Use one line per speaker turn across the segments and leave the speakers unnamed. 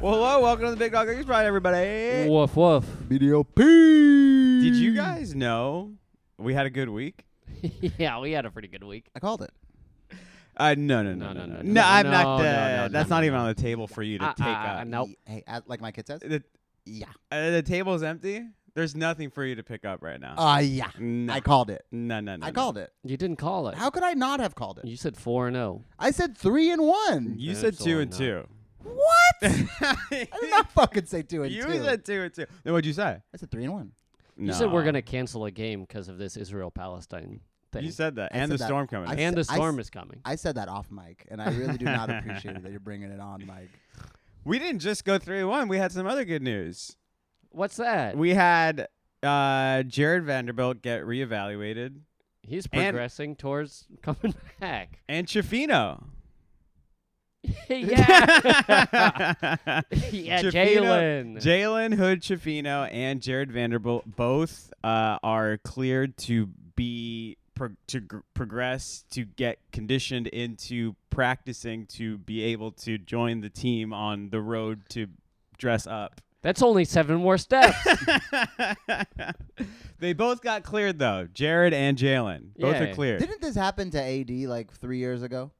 welcome to the Big Dog Geeks Pride, everybody.
Woof woof.
BDOP.
Did
Did
you guys know we had a good week?
yeah, we had a pretty good week.
I called it.
Uh, no, no, no, no, no. No, I'm not.
no,
Uh,
no, no, no,
that's
no,
not
no.
even on the table for you to
Uh,
take
uh,
up.
Nope.
Hey, I- like my kid says.
The,
Yeah.
uh, the table's empty. There's nothing for you to pick up right now.
Uh, yeah.
no.
I called it.
no, no, no.
I
no.
called it.
You didn't call it.
How could I not have called it?
You said four and oh. zero.
I said three and one.
You said two and two.
Absolutely
What? I did
I
not fucking say two and
you
two.
said two and two. Then what'd you say?
I said three and one.
You said we're gonna cancel a game because of this Israel Palestine thing.
You said that,
I
and
said
the
that.
storm coming.
I
in.
and the
s- I
storm
s-
is coming.
I said that off mic, and I really do not appreciate it that you're bringing it on, Mike.
we didn't just go three one. We had some other good news.
What's that?
We had uh, Jared Vanderbilt get reevaluated,
He's
and-
progressing towards coming back.
and Chafino.
yeah. yeah, Jalen.
Jalen Hood Chafino and Jared Vanderbilt both uh, are cleared to be pro- to gr- progress to get conditioned into practicing to be able to join the team on the road to dress up.
That's only seven more steps.
they both got cleared though. Jared and Jalen both
Yay.
are cleared.
Didn't this happen to AD like three years ago,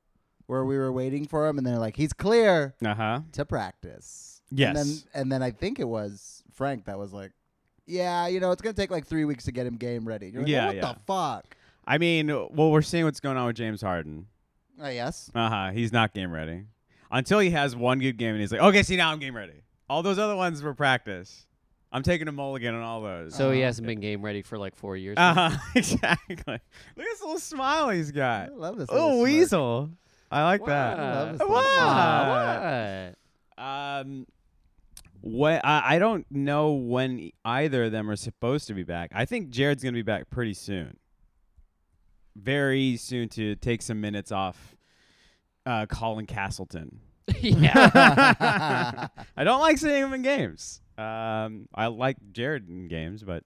where
Mm.
we were waiting for him, and they're like, he's clear
uh huh.
to practice.
Yes.
And then, and then I think it was Frank that was like, yeah, you know, it's gonna take like three weeks to get him game ready. You're like,
Yeah,
what
yeah.
the fuck?
I mean, well, we're seeing what's going on with James Harden.
Oh, yes.
Uh huh. He's not game ready until he has one good game, and he's like, "Okay, see now I'm game ready." All those other ones were practice. I'm taking a mulligan on all those.
so he
Uh-huh.
hasn't been game ready for like four years. now.
uh huh. exactly. Look at this little smile he's
I
got.
love this. little
Oh,
smirk.
weasel. I like that.
I love
What?
this little
smile.
What?
Um, what I, I don't know when either of them are supposed to be back. I think Jared's gonna be back pretty soon. Very soon to take some minutes off. Uh, Colin Castleton.
yeah.
I don't like seeing him in games. Um, I like Jared in games, but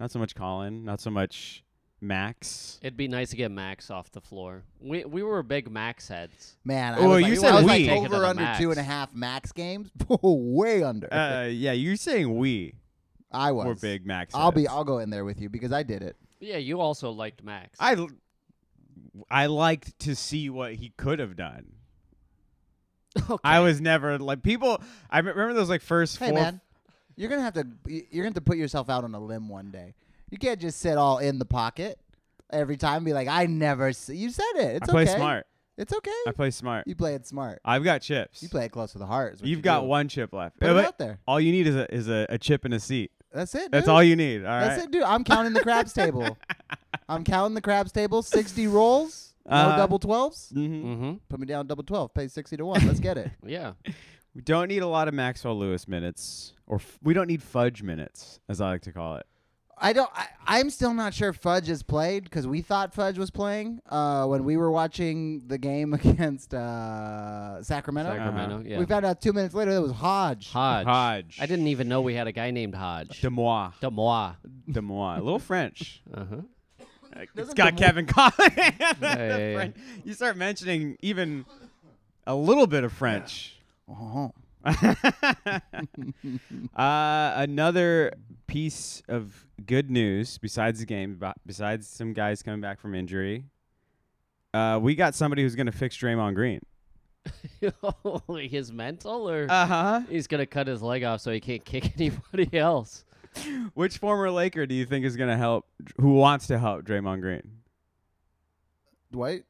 not so much Colin, not so much Max.
It'd be nice to get Max off the floor. We we were big Max heads.
Man, I
Oh,
was
you
like,
said
I was
we.
like
Take
it to
over
the
under
max.
two and a half max games. Way under.
Uh, yeah, you're saying we
I was.
were big Max.
I'll be.
heads.
I'll go in there with you because I did it.
Yeah, you also liked Max.
I l- I liked to see what he could have done.
Okay.
I was never like people. I me- remember those like first
Hey,
four.
man, you're gonna have to. y- You're gonna have to put yourself out on a limb one day. You can't just sit all in the pocket every time. and Be like, I never. See. You said it. It's
I play
okay.
smart.
It's okay.
I play smart.
you play it smart.
I've got chips.
You play it close to the heart. is what
You've
you
got
do.
one chip left.
Put
Uh,
it
but
out there.
All you need is a is a, a chip and a seat.
That's it.
That's
dude.
all you need. All right.
Mm-hmm. That's it, dude. I'm counting the crabs table. I'm counting the crabs table. Sixty rolls. No
Uh-huh.
double twelves.
Mm-hmm.
Mm-hmm.
Put me down double twelve. Pay sixty to one. Let's get it.
Yeah.
We don't need a lot of Maxwell Lewis minutes, or f- we don't need fudge minutes, as I like to call it.
I don't. I, I'm still not sure Fudge is played because we thought Fudge was playing uh, when we were watching the game against uh, Sacramento.
Sacramento. Yeah.
We found out two minutes later that it was Hodge.
Uh-huh. Hodge.
Hodge.
I didn't even know we had a guy named Hodge.
De moi,
De moi.
de moi, a little French.
Uh huh.
it's
Doesn't
got
De Moi-
Kevin Collins.
yeah, yeah.
French. You start mentioning even a little bit of French.
Oh,
Uh, another piece of good news besides the game, bo- besides some guys coming back from injury, uh, we got somebody who's going to fix Draymond Green.
His mental or
Uh huh.
he's gonna cut his leg off so he can't kick anybody else.
Which former Laker do you think is going to help? Who wants to help Draymond Green?
Dwight.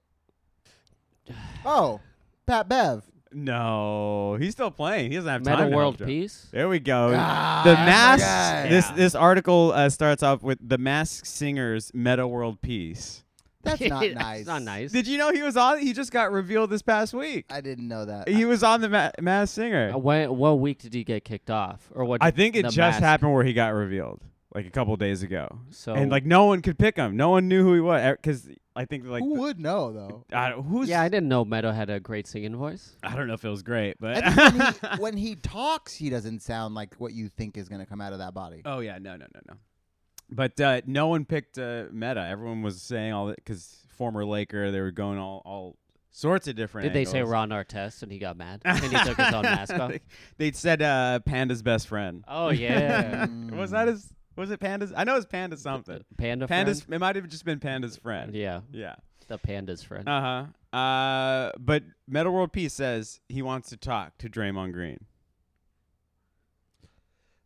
Oh, Pat Bev.
No, he's still playing. He doesn't have time.
Meta
to
world
help Dra-
peace.
There we go.
Ah,
Oh, the
that's
mask.
right.
This this article uh, starts off with the mask singer's meta world peace.
That's not
That's
nice.
not nice.
Did you know he was on? He just got revealed this past week.
I didn't know that.
He was on the ma- mask singer.
Uh, when, what week did he get kicked off? Or what?
I think it
the
just
mask-
happened where he got revealed, like a couple days ago.
So
and like no one could pick him. No one knew who he was because I think like
Who
the-
would know though?
I don't, who's
yeah, I didn't know Meadow had a great singing voice.
I don't know if it was great, but
I think when, he, when he talks, he doesn't sound like what you think is going to come out of that body.
Oh yeah, no, no, no, no. But uh, no one picked uh, Meta. Everyone was saying all that because former Laker, they were going all all sorts of different.
Did they say
angles.
Ron Artest and he got mad and he took his own mask off?
they said uh, Panda's best friend.
Oh yeah,
was that his? Was it Panda's? I know it's Panda something.
panda.
Panda's.
friend?
It might have just been Panda's friend.
Yeah,
Yeah.
the panda's friend.
Uh huh. Uh, but Metal World Peace says he wants to talk to Draymond Green.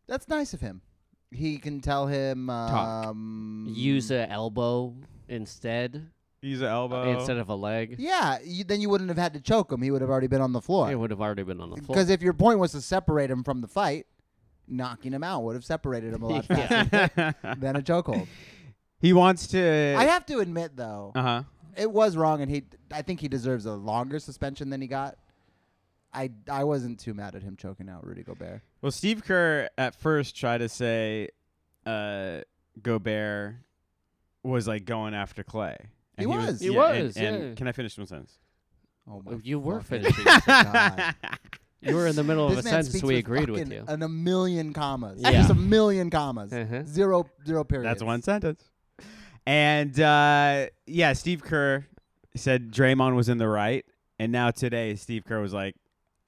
That's nice of him. He can tell him.
Talk.
Um,
Use a elbow instead
He's an elbow.
instead of a leg.
Yeah, you, then you wouldn't have had to choke him. He would have already been on the
It
floor.
would have already been on the floor.
Because if your point was to separate him from the fight, knocking him out would have separated him a lot faster
Yeah.
than a chokehold.
he wants to.
I have to admit, though,
uh huh.
it was wrong, and he. I think he deserves a longer suspension than he got. I I wasn't too mad at him choking out Rudy Gobert.
Well, Steve Kerr at first tried to say uh, Gobert was like going after Clay.
He was.
He
and-
was,
and
yeah.
can I finish one sentence?
Oh my!
You were
fucking
finishing.
God.
you were in the middle of
This
a
man
sentence
speaks
we agreed with
fucking
you.
an- a million commas.
Yeah.
Just a million commas.
Uh-huh.
Zero zero periods.
That's one sentence. And uh, yeah, Steve Kerr said Draymond was in the right, and now today Steve Kerr was like,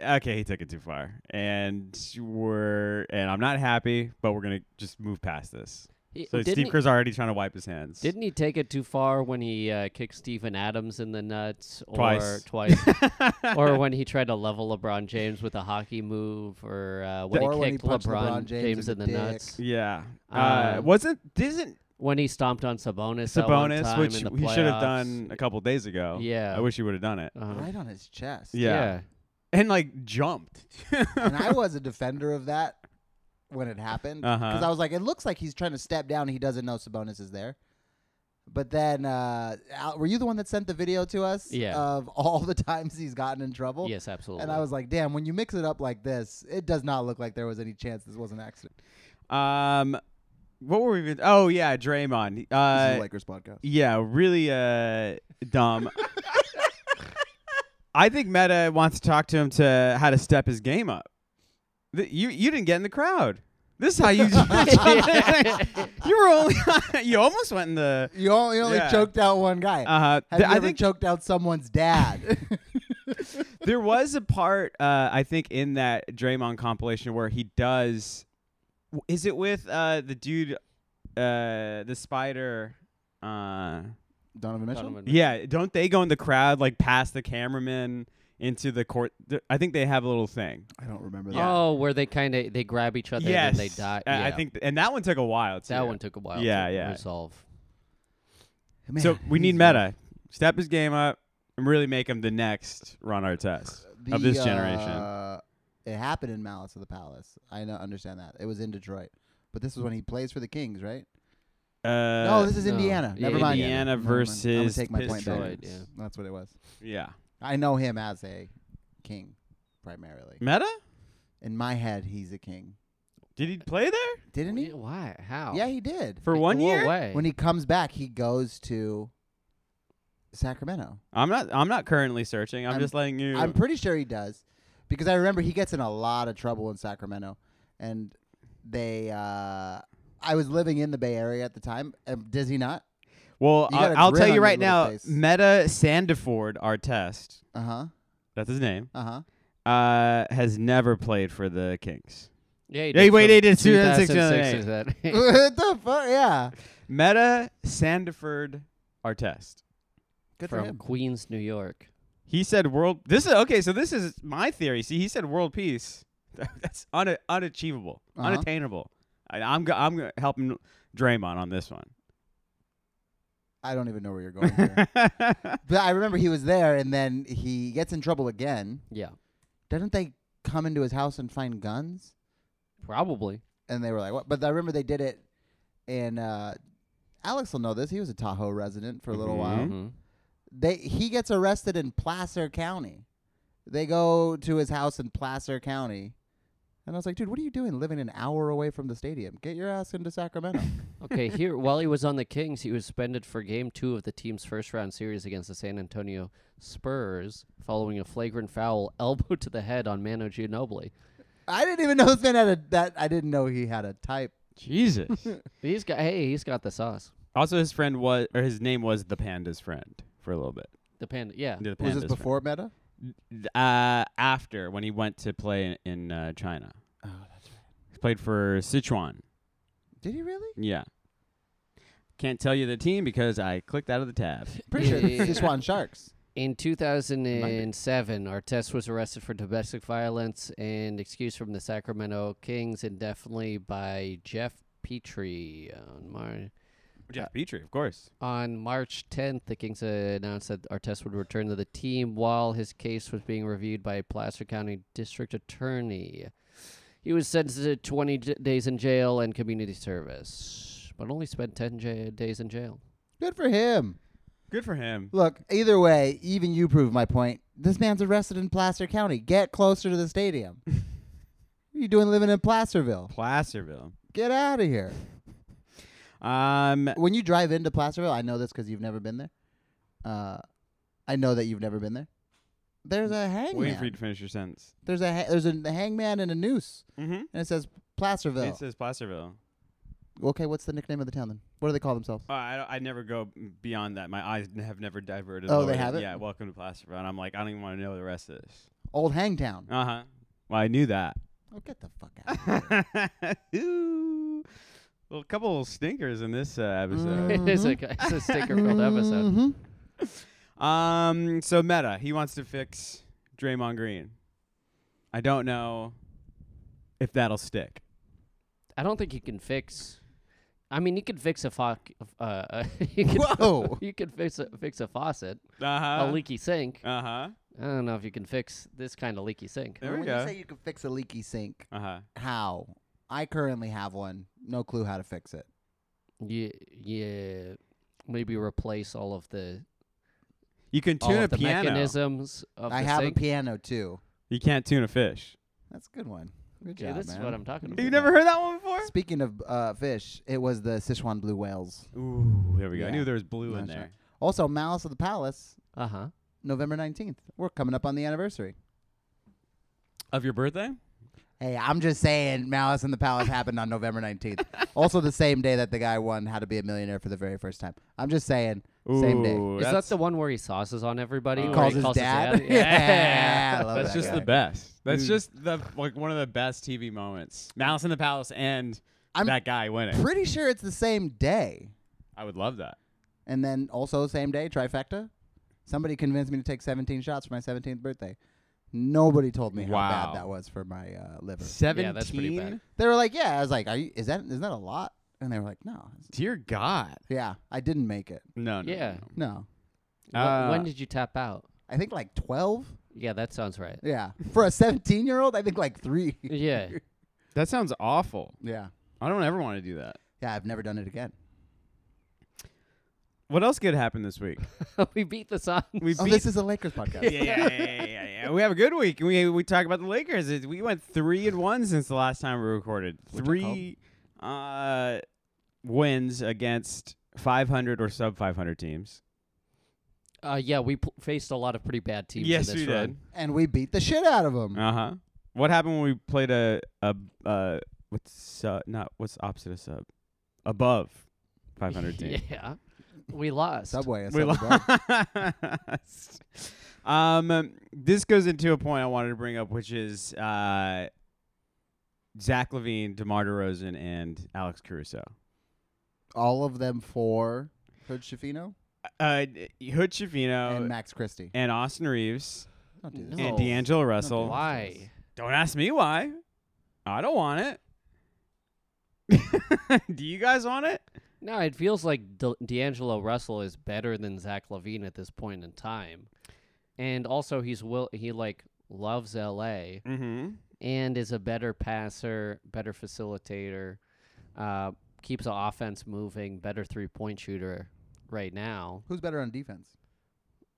"Okay, he took it too far," and we're and I'm not happy, but we're gonna just move past this.
He-
So
didn't
Steve
he-
Kerr's already trying to wipe his hands.
Didn't he take it too far when he uh, kicked Stephen Adams in the nuts or
Twice.
twice, or when he tried to level LeBron James with a hockey move, or uh, when
Or
he
when he
kicked
punched
LeBron,
LeBron James in
in
the
the
dick.
nuts,
yeah. Uh,
Uh,
wasn't isn't
when he stomped on Sabonis, that one
Sabonis,
time
which
in the
he should have done
playoffs.
a couple days ago.
Yeah.
I wish he would have done it.
Uh-huh.
Right on his chest.
Yeah. And like jumped.
and I was a defender of that when it happened because
Uh-huh.
I was like, it looks like he's trying to step down. He doesn't know Sabonis is there. But then, uh, Al, were you the one that sent the video to us
Yeah.
of all the times he's gotten in trouble?
Yes, absolutely.
And I was like, damn, when you mix it up like this, it does not look like there was any chance this was an accident.
Um, what were we even? Oh yeah, Draymond. Uh,
Lakers podcast.
yeah, really uh dumb. I think Meta wants to talk to him to how to step his game up. Th- you you didn't get in the crowd. This is how you. you were only. you almost went in the.
You only, you only
Yeah.
choked out one guy.
Uh,
Have
th-
you
I
ever
think
choked out someone's dad?
there was a part uh, I think in that Draymond compilation where he does. w- Is it with uh, the dude, uh, the spider? Uh,
Donovan
Donovan Mitchell.
yeah, don't they go in the crowd like past the cameraman into the court? th- I think they have a little thing.
I don't remember
Yeah.
Oh, where they kind of they grab each other
yes, Uh,
and then they die.
I- I
Yeah.
think, th- and that one took a while. Too.
that one took a while.
Yeah,
to
yeah.
Resolve.
Oh, so we need meta. Step his game up and really make him the next Ron Artest. of this generation.
uh, It happened in Malice of the Palace. I know, understand that. It was in Detroit, but this is when he plays for the Kings, right?
Uh,
no, this is
no.
Indiana.
Yeah,
Never mind.
Indiana
Never mind. I'm gonna
versus
take my
Detroit,
point back.
yeah.
That's what it was.
yeah,
I know him as a king primarily.
Meta.
In my head, he's a king.
Did he play there
Didn't he?
Why? How?
Yeah, he did.
for
In
one
what
year?
Way?
When he comes back, he goes to Sacramento.
I'm not. I'm not currently searching. I'm,
I'm-
just letting you.
I'm pretty sure he does, because I remember he gets in a lot of trouble in Sacramento, and they. Uh, I was living in the Bay Area at the time. Um, does he not?
well,
you
I'll,
got a
I'll
grin
tell
on
you
your
right
little
now.
face.
Meta Sandiford Artest.
Uh huh.
That's his name.
Uh huh.
Uh, has never played for the Kings.
Yeah, he
Yeah, he
did.
waited
from
till 2006,
2006 to that.
what the fuck? Yeah.
Meta Sandiford Artest.
Good for
From
him.
Queens, New York.
He said world. This is okay. So this is my theory. See, he said world peace. That's una- unachievable,
Uh-huh.
unattainable. I, I'm go- I'm gonna help him Draymond on this one.
I don't even know where you're going. Here. but I remember he was there, and then he gets in trouble again.
Yeah,
Didn't they come into his house and find guns?
probably.
And they were like, "What?" But I remember they did it, and uh, Alex will know this. He was a Tahoe resident for a little while.
Mhm.
Mm-hmm.
they he gets arrested in Placer County. They go to his house in Placer County. And I was like, dude, what are you doing living an hour away from the stadium? Get your ass into Sacramento.
Okay, here while he was on the Kings, he was suspended for Game Two of the team's first-round series against the San Antonio Spurs, following a flagrant foul elbow to the head on Mano Ginobili.
I didn't even know this man had a that I didn't know he had a type.
Jesus.
He's got hey, he's got the sauce.
also, his friend was or his name was the Panda's friend for a little bit.
The panda. Yeah.
The
Was
Pandas,
this
right.
before Meta?
Uh, after when he went to play in, in uh, China,
Oh, that's right.
he played for Sichuan.
Did he really?
Yeah. Can't tell you the team because I clicked out of the tab.
Pretty sure
Yeah.
it's Sichuan Sharks.
In 2007, Artest was arrested for domestic violence and excused from the Sacramento Kings indefinitely by Jeff Petrie. On, Mar-
Jeff Petrie, of course.
on March 10th, the Kings uh, announced that Artest would return to the team while his case was being reviewed by a Placer County District Attorney. He was sentenced to 20 j- days in jail and community service, but only spent 10 j- days in jail.
Good for him.
Good for him.
Look, either way, even you prove my point. This man's arrested in Placer County. Get closer to the stadium. what are you doing living in Placerville?
Placerville.
Get out of here.
Um,
When you drive into Placerville, I know this because you've never been there. Uh, I know that you've never been there. There's a
waiting for you
hangman.
to finish your sentence.
There's a ha- there's a hangman and a noose,
Mm-hmm.
and it says Placerville.
It says Placerville.
okay, what's the nickname of the town then? What do they call themselves?
Oh, I, don't- I never go beyond that. My eyes n- have never diverted.
Oh,
lower
they
than-
haven't?
Yeah, welcome to Placerville. And I'm like, I don't even want to know the rest of this.
Old Hangtown.
Uh huh. Well, I knew that.
Oh, get the fuck out.
Ooh. Well, a couple of stinkers in this uh, episode.
It is a, it's a sticker-filled episode.
Mhm.
Um, so Meta, he wants to fix Draymond Green. I don't know if that'll stick.
I don't think he can fix. I mean, you could fix a fo- uh, you could,
Whoa.
you could fix a, fix a faucet,
Uh
a
huh.
leaky sink.
Uh huh.
I don't know if you can fix this kind of leaky sink.
There we
when
go.
you say you can fix a leaky sink,
Uh huh.
how? I currently have one. No clue how to fix it.
Yeah, yeah. Maybe replace all of the
You can
all
tune a
of the
piano.
mechanisms of
I
the
have
sink.
a piano too.
You can't tune a fish.
That's a good one. Good
Yeah,
job,
this is
man.
what I'm talking about.
You never heard that one before?
Speaking of uh, fish, it was the Sichuan blue whales.
Ooh, there we go. I
Yeah.
knew there was blue in
That's
there.
right. Also, Malice of the Palace,
Uh huh.
November nineteenth. We're coming up on the anniversary.
Of your birthday?
Hey, I'm just saying, Malice in the Palace happened on November nineteenth. also, the same day that the guy won How to Be a Millionaire for the very first time. I'm just saying, same day.
Ooh,
Is that
that's,
the one where he sauces on everybody?
Oh.
where
Calls
he
his
Yeah.
yeah, I love
that's
that
just
guy.
the best. That's
Mm.
just the like one of the best TV moments. Malice in the Palace and
I'm
that guy winning.
Pretty sure it's the same day.
I would love that.
And then also same day, trifecta. Somebody convinced me to take 17 shots for my 17th birthday. Nobody told me how
Wow.
bad that was for my uh, liver.
Seventeen.
that's pretty bad.
They were like, "Yeah." I was like, "Are you? Is that isn't that a lot?" And they were like, "No." I was-
Dear God.
Yeah, I didn't make it.
No, no. no,
Yeah.
no.
No,
Wh- when
Uh,
did you tap out?
I think like 12.
Yeah, that sounds right.
Yeah, for a 17 year old, I think like three.
Yeah.
That sounds awful.
yeah,
I don't ever want to do that.
yeah. I've never done it again.
What else could happen this week?
we beat the Suns.
We
Oh,
beat-
this is a Lakers podcast.
yeah, yeah, yeah, yeah, yeah, yeah. We have a good week. We we talk about the Lakers. It- We went three and one since the last time we recorded.
Which I
Three uh, wins against 500 or sub 500 teams.
Uh, yeah, we pl- faced a lot of pretty bad teams
yes,
in this
we
run.
And we beat the shit out of them.
did. Uh huh. What happened when we played a a uh what's sub not what's opposite of sub above 500 teams?
yeah, we lost.
Subway. is
We
something, bro.
lost. um, this goes into a point I wanted to bring up, which is uh, Zach Levine, DeMar DeRozan, and Alex Caruso.
All of them for Hood Shafino
Uh, d- Hood Chavino
Oh, and
and,
Max Christie.
Austin Reeves
Don't do this.
No.
and D'Angelo Russell.
Don't
Why?
Don't ask me why. I don't want it. Do you guys want it?
No, it feels like D- D'Angelo Russell is better than Zach Levine at this point in time, and also he's will he like loves L.A.
Mm-hmm.
and is a better passer, better facilitator, uh, keeps the offense moving, better three point shooter right now.
Who's better on defense?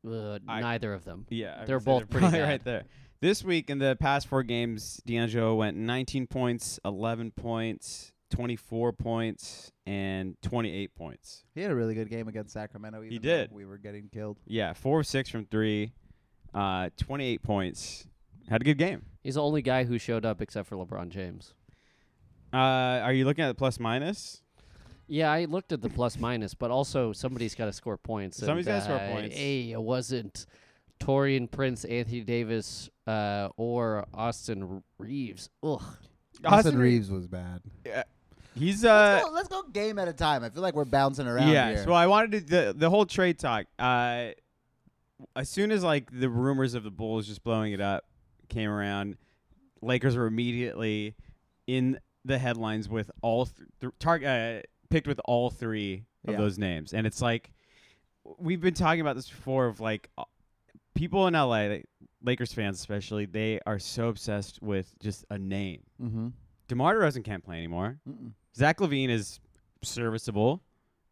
Uh,
I-
neither of them.
Yeah, I would
They're
say
both pretty
probably
bad.
right there. This week in the past four games, D'Angelo went 19 points, 11 points, 24 points, and 28 points.
He had a really good game against Sacramento. Even
He
though
did.
We were getting killed.
Yeah, four of six from three, uh, 28 points. Had a good game.
He's the only guy who showed up except for LeBron James.
Uh, are you looking at the plus minus?
Yeah, I looked at the plus minus, but also somebody's got to score points. and,
Somebody's gotta score
uh,
points.
Hey, it wasn't Torian Prince, Anthony Davis, uh, or Austin R- Reeves. Ugh.
Austin Reeves was bad.
He's
Let's
uh
go, let's go game at a time. I feel like we're bouncing around
yeah.
here.
So I wanted to the the whole trade talk. Uh, as soon as like the rumors of the Bulls just blowing it up came around, Lakers were immediately in the headlines with all th- th- tar- uh, picked with all three of
Yeah.
those names, and it's like we've been talking about this before of like uh, people in LA, like, Lakers fans especially, they are so obsessed with just a name.
mm-hmm.
DeMar DeRozan can't play anymore.
Mm-mm.
Zach Levine is serviceable.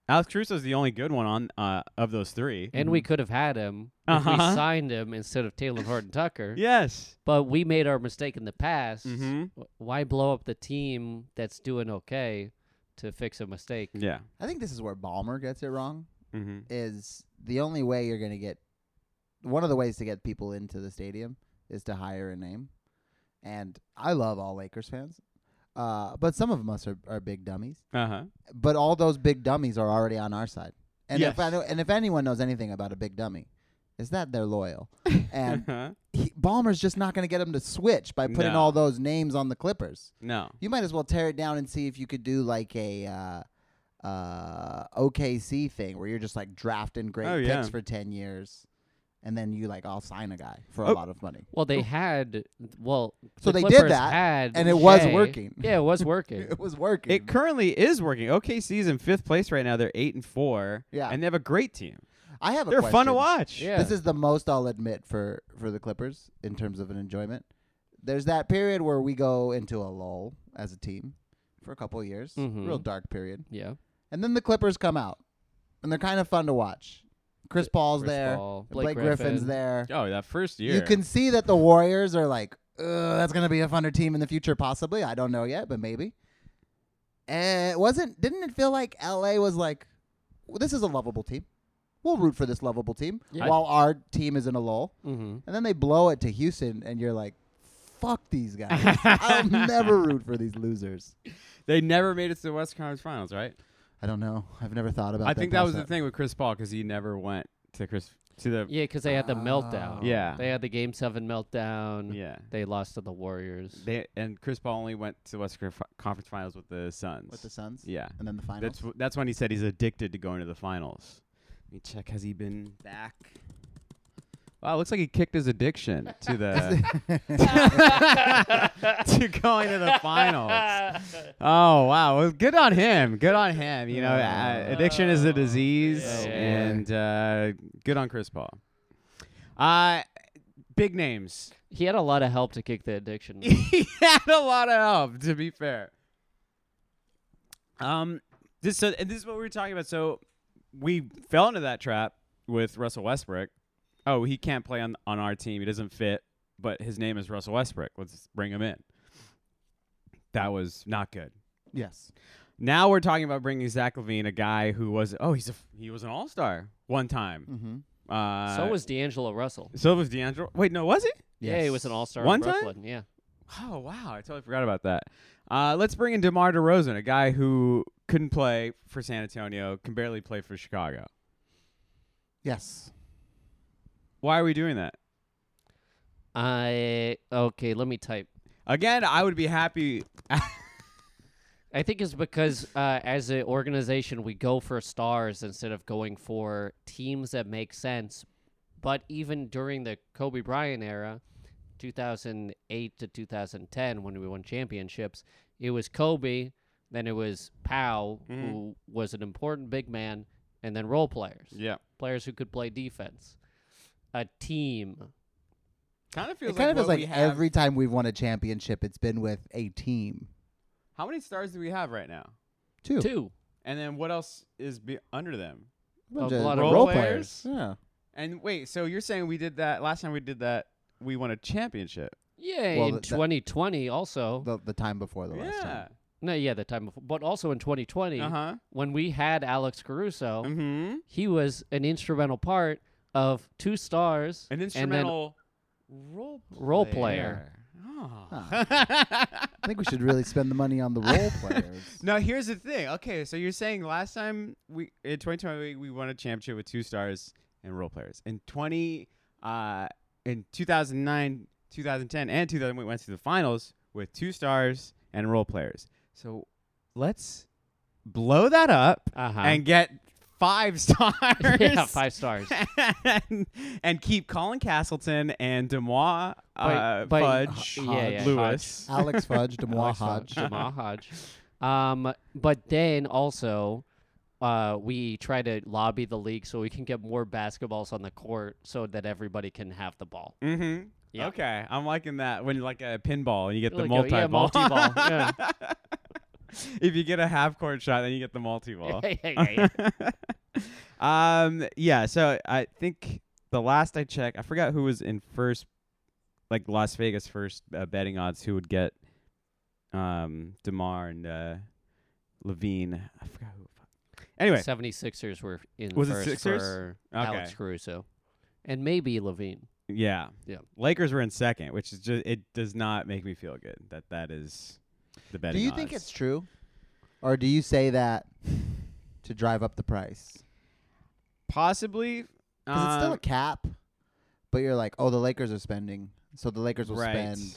Alex Caruso is the only good one on uh, of those three.
And we could have had him if we
Mm-hmm. Uh-huh.
signed him instead of Taylor Horton Tucker.
yes,
But we made our mistake in the past.
Mhm.
Wh- Why blow up the team that's doing okay to fix a mistake?
yeah,
I think this is where Balmer gets it wrong.
mm-hmm.
Is the only way you're going to get one of the ways to get people into the stadium is to hire a name. And I love all Lakers fans, uh, but some of us are, are big dummies.
uh huh.
But all those big dummies are already on our side. And if I
Yes.
know, and if anyone knows anything about a big dummy, is that they're loyal. And
Uh-huh.
he, Ballmer's just not going to get them to switch by putting
No.
all those names on the Clippers.
no,
You might as well tear it down and see if you could do like a uh, uh, OKC thing where you're just like drafting great
Oh,
picks
yeah.
for ten years, and then you like I'll sign a guy for
Oh.
a lot of money.
Well, they had. Well,
So
the
they did
Clippers
that,
had
and it was
Shea.
working.
Yeah, it was working.
It was working.
it currently is working. OKC is in fifth place right now. They're eight and four.
Yeah.
and they have a great team.
I have a
They're fun to
question.
watch.
Yeah.
This is the most I'll admit for for the Clippers in terms of an enjoyment. There's that period where we go into a lull as a team for a couple of years,
Mhm.
real dark period,
yeah.
and then the Clippers come out, and they're kind of fun to watch. Chris Paul's
Chris
there,
Paul,
Blake,
Blake
Griffin's
Griffin.
there.
Oh, that first year.
You can see that the Warriors are like, "Ugh, that's going to be a funner team in the future, possibly. I don't know yet, but maybe. And it wasn't, didn't it feel like LA was like, "Well, this is a lovable team. We'll root for this lovable team
Yeah.
while our team is in a lull.
Mm-hmm.
And then they blow it to Houston, and you're like, fuck these guys. I'll never root for these losers.
They never made it to the West Conference Finals, right?
I don't know. I've never thought about
I
that
think that was the
past
thing with Chris Paul because he never went to Chris to the
Yeah, because they had the
Oh.
meltdown.
Yeah.
They had the Game 7 meltdown.
yeah.
They lost to the Warriors.
They and Chris Paul only went to the West Conf- Conference Finals with the Suns.
With the Suns
yeah.
and then the finals.
That's wh- that's when he said he's addicted to going to the finals. Let me check. Has he been back? Wow, looks like he kicked his addiction to the to going to the finals. Oh wow, well, good on him. Good on him. You know, uh, addiction is a disease,
Oh,
and uh, good on Chris Paul. Uh big names.
he had a lot of help to kick the addiction.
he had a lot of help, to be fair. Um, this so, and this is what we were talking about. So we fell into that trap with Russell Westbrook. Oh, he can't play on on our team. He doesn't fit. But his name is Russell Westbrook. Let's bring him in. That was not good.
yes.
Now we're talking about bringing Zach Levine, a guy who was oh he's a he was an all star one time.
Mm-hmm.
Uh,
so was D'Angelo Russell.
so was D'Angelo. Wait, no, was he?
Yeah, he was an all star
One
in
time?
Brooklyn. Yeah.
Oh wow, I totally forgot about that. Uh, let's bring in DeMar DeRozan, a guy who couldn't play for San Antonio, can barely play for Chicago.
Yes.
Why are we doing that?
I okay, let me type.
Again, I would be happy.
I think it's because uh, as an organization, we go for stars instead of going for teams that make sense. But even during the Kobe Bryant era, 2008 to 2010, when we won championships, it was Kobe, then it was Powell,
Mhm.
who was an important big man, and then role players,
yeah,
players who could play defense. A team.
kind of feels
It kind
like
of feels
what
like
we have-
every time we've won a championship, it's been with a team.
How many stars do we have right now?
Two.
Two.
And then what else is be- under them?
Bunch
A
of
lot
of
role,
role
players.
players. And wait, so you're saying we did that last time we did that? We won a championship.
Yeah,
Well,
in
th- that-
2020 also.
Yeah. The, the time before the last
yeah.
time.
no, yeah, the time before, but also in 2020.
Uh huh.
when we had Alex Caruso,
Mm-hmm.
he was an instrumental part of two stars
An
and then
instrumental role
role player.
player. Oh.
I think we should really spend the money on the role players.
now here's the thing. Okay, so you're saying last time we in 2020 we, we won a championship with two stars and role players. In 20 uh in 2009, 2010 and 2000 we went to the finals with two stars and role players. So let's blow that up
Uh huh.
and get five stars.
yeah, five stars.
and, and keep Colin Castleton and Demois uh,
By- by-
Fudge
yeah, yeah,
Lewis.
Alex Fudge, Demois
Alex
Hodge.
Jamal Hodge. Um, but then also, uh, we try to lobby the league so we can get more basketballs on the court so that everybody can have the ball.
Mm-hmm.
Yeah.
Okay, I'm liking that when you like a pinball and you get the
Like a-
multi
yeah,
ball.
multi-ball, yeah.
if you get a half court shot, then you get the multi ball.
Yeah, yeah, yeah.
um. Yeah. So I think the last I checked, I forgot who was in first, like Las Vegas first uh, betting odds. Who would get, um, Demar and uh, Levine? I forgot who. Anyway,
76ers were in
Was it
first
Sixers?
for
okay.
Alex Caruso. And maybe Levine.
Yeah.
Yeah.
Lakers were in second, which is just it does not make me feel good that that is the
Do
betting.
you think
odds.
it's true? Or do you say that to drive up the price?
possibly?
Because it's still
um,
a cap, but you're like, oh, the Lakers are spending, so the Lakers will
right.
spend.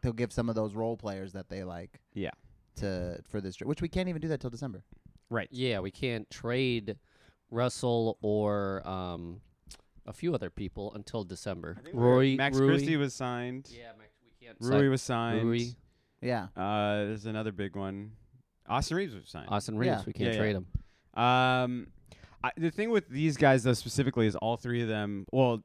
They'll give some of those role players that they like.
Yeah.
To for this, dra- which we can't even do that till December.
Right.
Yeah, we can't trade Russell or um, a few other people until December. Roy,
Max
Rui.
Christie was signed.
Yeah, Max, we can't.
Rui
sign-
was signed.
Rui.
Yeah.
Uh, there's another big one. Austin Reeves was signed.
Austin Reeves,
Yeah.
we can't
Yeah, yeah.
trade him.
Um, I, the thing with these guys though specifically is all three of them. Well,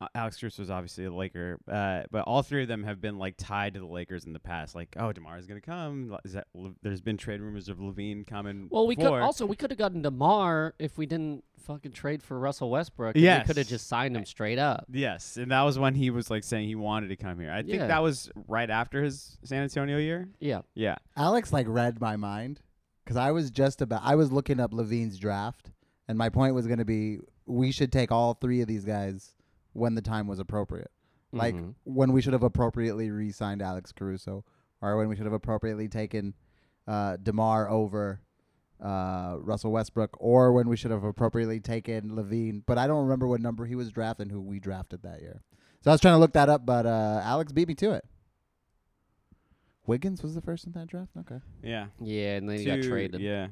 uh, Alex Cruz was obviously a Laker, uh, but all three of them have been like tied to the Lakers in the past. Like, oh, Demar is gonna come. L- Is that, Le- there's been trade rumors of Levine coming.
Well, we
before.
could also we could have gotten Demar if we didn't fucking trade for Russell Westbrook. and
Yes.
we could have just signed him straight up.
Yes, and that was when he was like saying he wanted to come here. I think
Yeah.
that was right after his San Antonio year.
Yeah,
Yeah.
Alex like read my mind because I was just about I was looking up Levine's draft, and my point was going to be we should take all three of these guys when the time was appropriate, like
Mhm.
when we should have appropriately re-signed Alex Caruso, or when we should have appropriately taken uh, Demar over uh, Russell Westbrook, or when we should have appropriately taken Levine. But I don't remember what number he was drafted and who we drafted that year. So I was trying to look that up, but uh, Alex beat me to it. Wiggins was the first in that draft. Okay.
Yeah.
yeah, and then he got
Two-
traded
Yeah.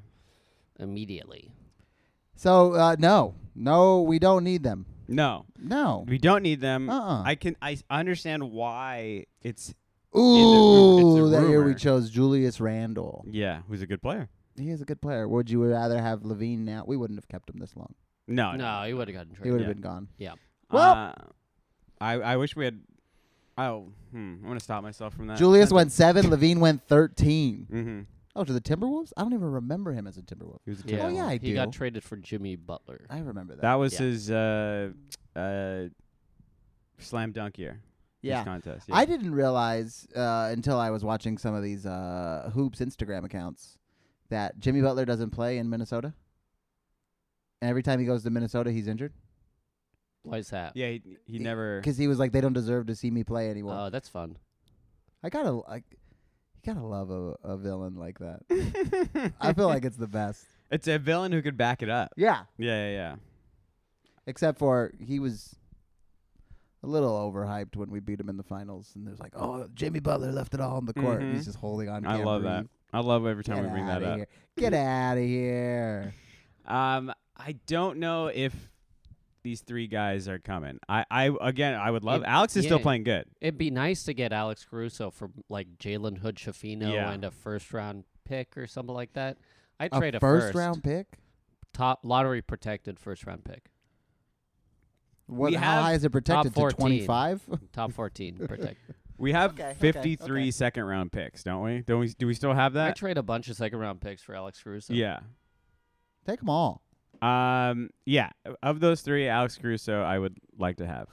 immediately.
So uh, no, no, we don't need them.
No,
No.
we don't need them.
Uh-uh.
Mm, I can I s- understand why it's
Ooh,
it's a
that year we
rumor.
chose Julius Randle.
yeah, who's a good player.
He is a good player. Would you rather have Levine now? We wouldn't have kept him this long.
No. Uh,
No, he would have gotten
He
traded.
would have
Yeah.
been gone. Well-
Well, I I wish we had Oh, hmm, I'm going to stop myself from that.
Julius went seven. Levine went thirteen.
Mhm.
Oh, to the Timberwolves? I don't even remember him as a Timberwolf.
He was a
Oh,
terrible-
yeah, I
he got
do.
traded for Jimmy Butler.
I remember that.
That was
Yeah.
his uh uh slam dunk year. his
yeah.
contest.
I didn't realize uh, until I was watching some of these uh, hoops Instagram accounts that Jimmy Butler doesn't play in Minnesota. And every time he goes to Minnesota, he's injured
Why is that?
Yeah, he, he never
because he was like, "They don't deserve to see me play anymore."
Oh, that's fun.
I gotta like, you gotta love a, a villain like that. I feel like it's the best.
It's a villain who could back it up.
Yeah,
Yeah, yeah, yeah.
except for he was a little overhyped when we beat him in the finals, and there's like, "Oh, Jimmy Butler left it all on the court." and
Mhm.
He's just holding on.
I
can't
love that.
breathe.
I love every time
Get
we bring that
outta
up.
here. Get out of here.
Um, I don't know if these three guys are coming. I, I again, I would love.
It-
Alex is still
yeah.
playing good.
It'd be nice to get Alex Caruso for like Jalen Hood Shafino
Yeah.
and a first round pick or something like that. I'd
a
trade a
first, round pick.
top lottery protected first round pick,
What?
We
How
have
high is it protected to
14.
twenty five?
top fourteen protected.
We have
Okay, okay,
fifty-three second
okay.
round picks, don't we? Don't we? Do we still have
I
that?
trade a bunch of second round picks for Alex Caruso.
yeah.
Take them all.
Um. Yeah. Of those three, Alex Caruso, I would like to have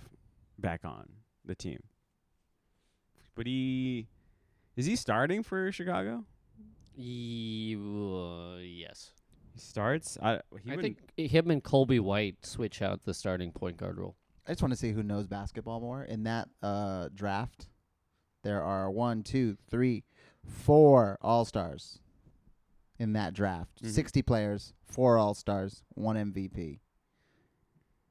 back on the team. But he is he starting for Chicago?
Ye- uh, yes.
He starts. I. He
I
wouldn't-
think him and Colby White switch out the starting point guard role.
I just want to see who knows basketball more in that uh, draft. there are one, two, three, four All Stars in that draft.
Mhm.
60 players, four All Stars, one MVP,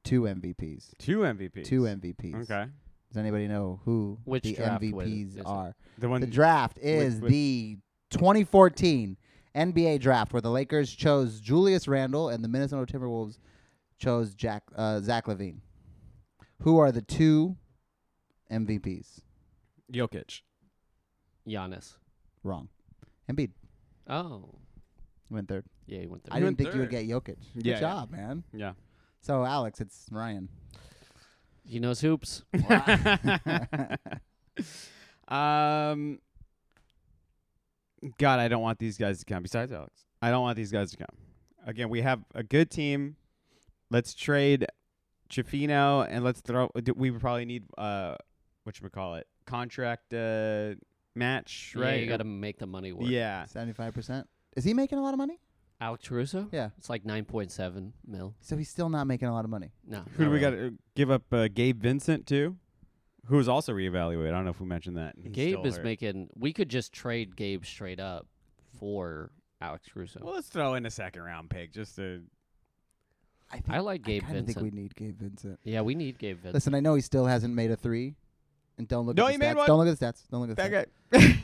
two MVPs,
Two MVPs.
two MVPs.
Okay.
Does anybody know who
Which
the
draft was- is
MVPs
it?
are?
The one.
The draft is
with-
the 2014 NBA draft, where the Lakers chose Julius Randle and the Minnesota Timberwolves chose Jack uh, Zach Levine. Who are the two MVPs?
Jokic.
Giannis.
Wrong. Embiid
Oh,
went third.
yeah, he went there.
I didn't
went
think you would
third.
get Jokic. Good
Yeah, yeah.
job, man.
Yeah.
So Alex, it's Ryan.
He knows hoops.
um. God, I don't want these guys to come. Besides Alex, I don't want these guys to come. Again, we have a good team. Let's trade Chafino and let's throw. d- We would probably need uh, what you call it, contract uh, match,
Yeah,
right?
you got to make the money work.
Yeah.
Seventy-five percent. Is he making a lot of money?
Alex Caruso.
Yeah.
It's like nine point seven mil.
So he's still not making a lot of money.
No.
Who do
not
we got
really.
to give up? Uh, Gabe Vincent too, who was also reevaluated. I don't know if we mentioned that. He's
Gabe
still
is
hurt.
making. We could just trade Gabe straight up for Alex Caruso.
Well, let's throw in a second round pick just to.
I think.
I like Gabe
I kinda
Vincent.
think we need Gabe Vincent.
yeah, we need Gabe Vincent.
Listen, I know he still hasn't made a three. And don't look
No,
at
he
the
made
stats.
one.
Don't look at the stats. Don't look at the stats.
Okay.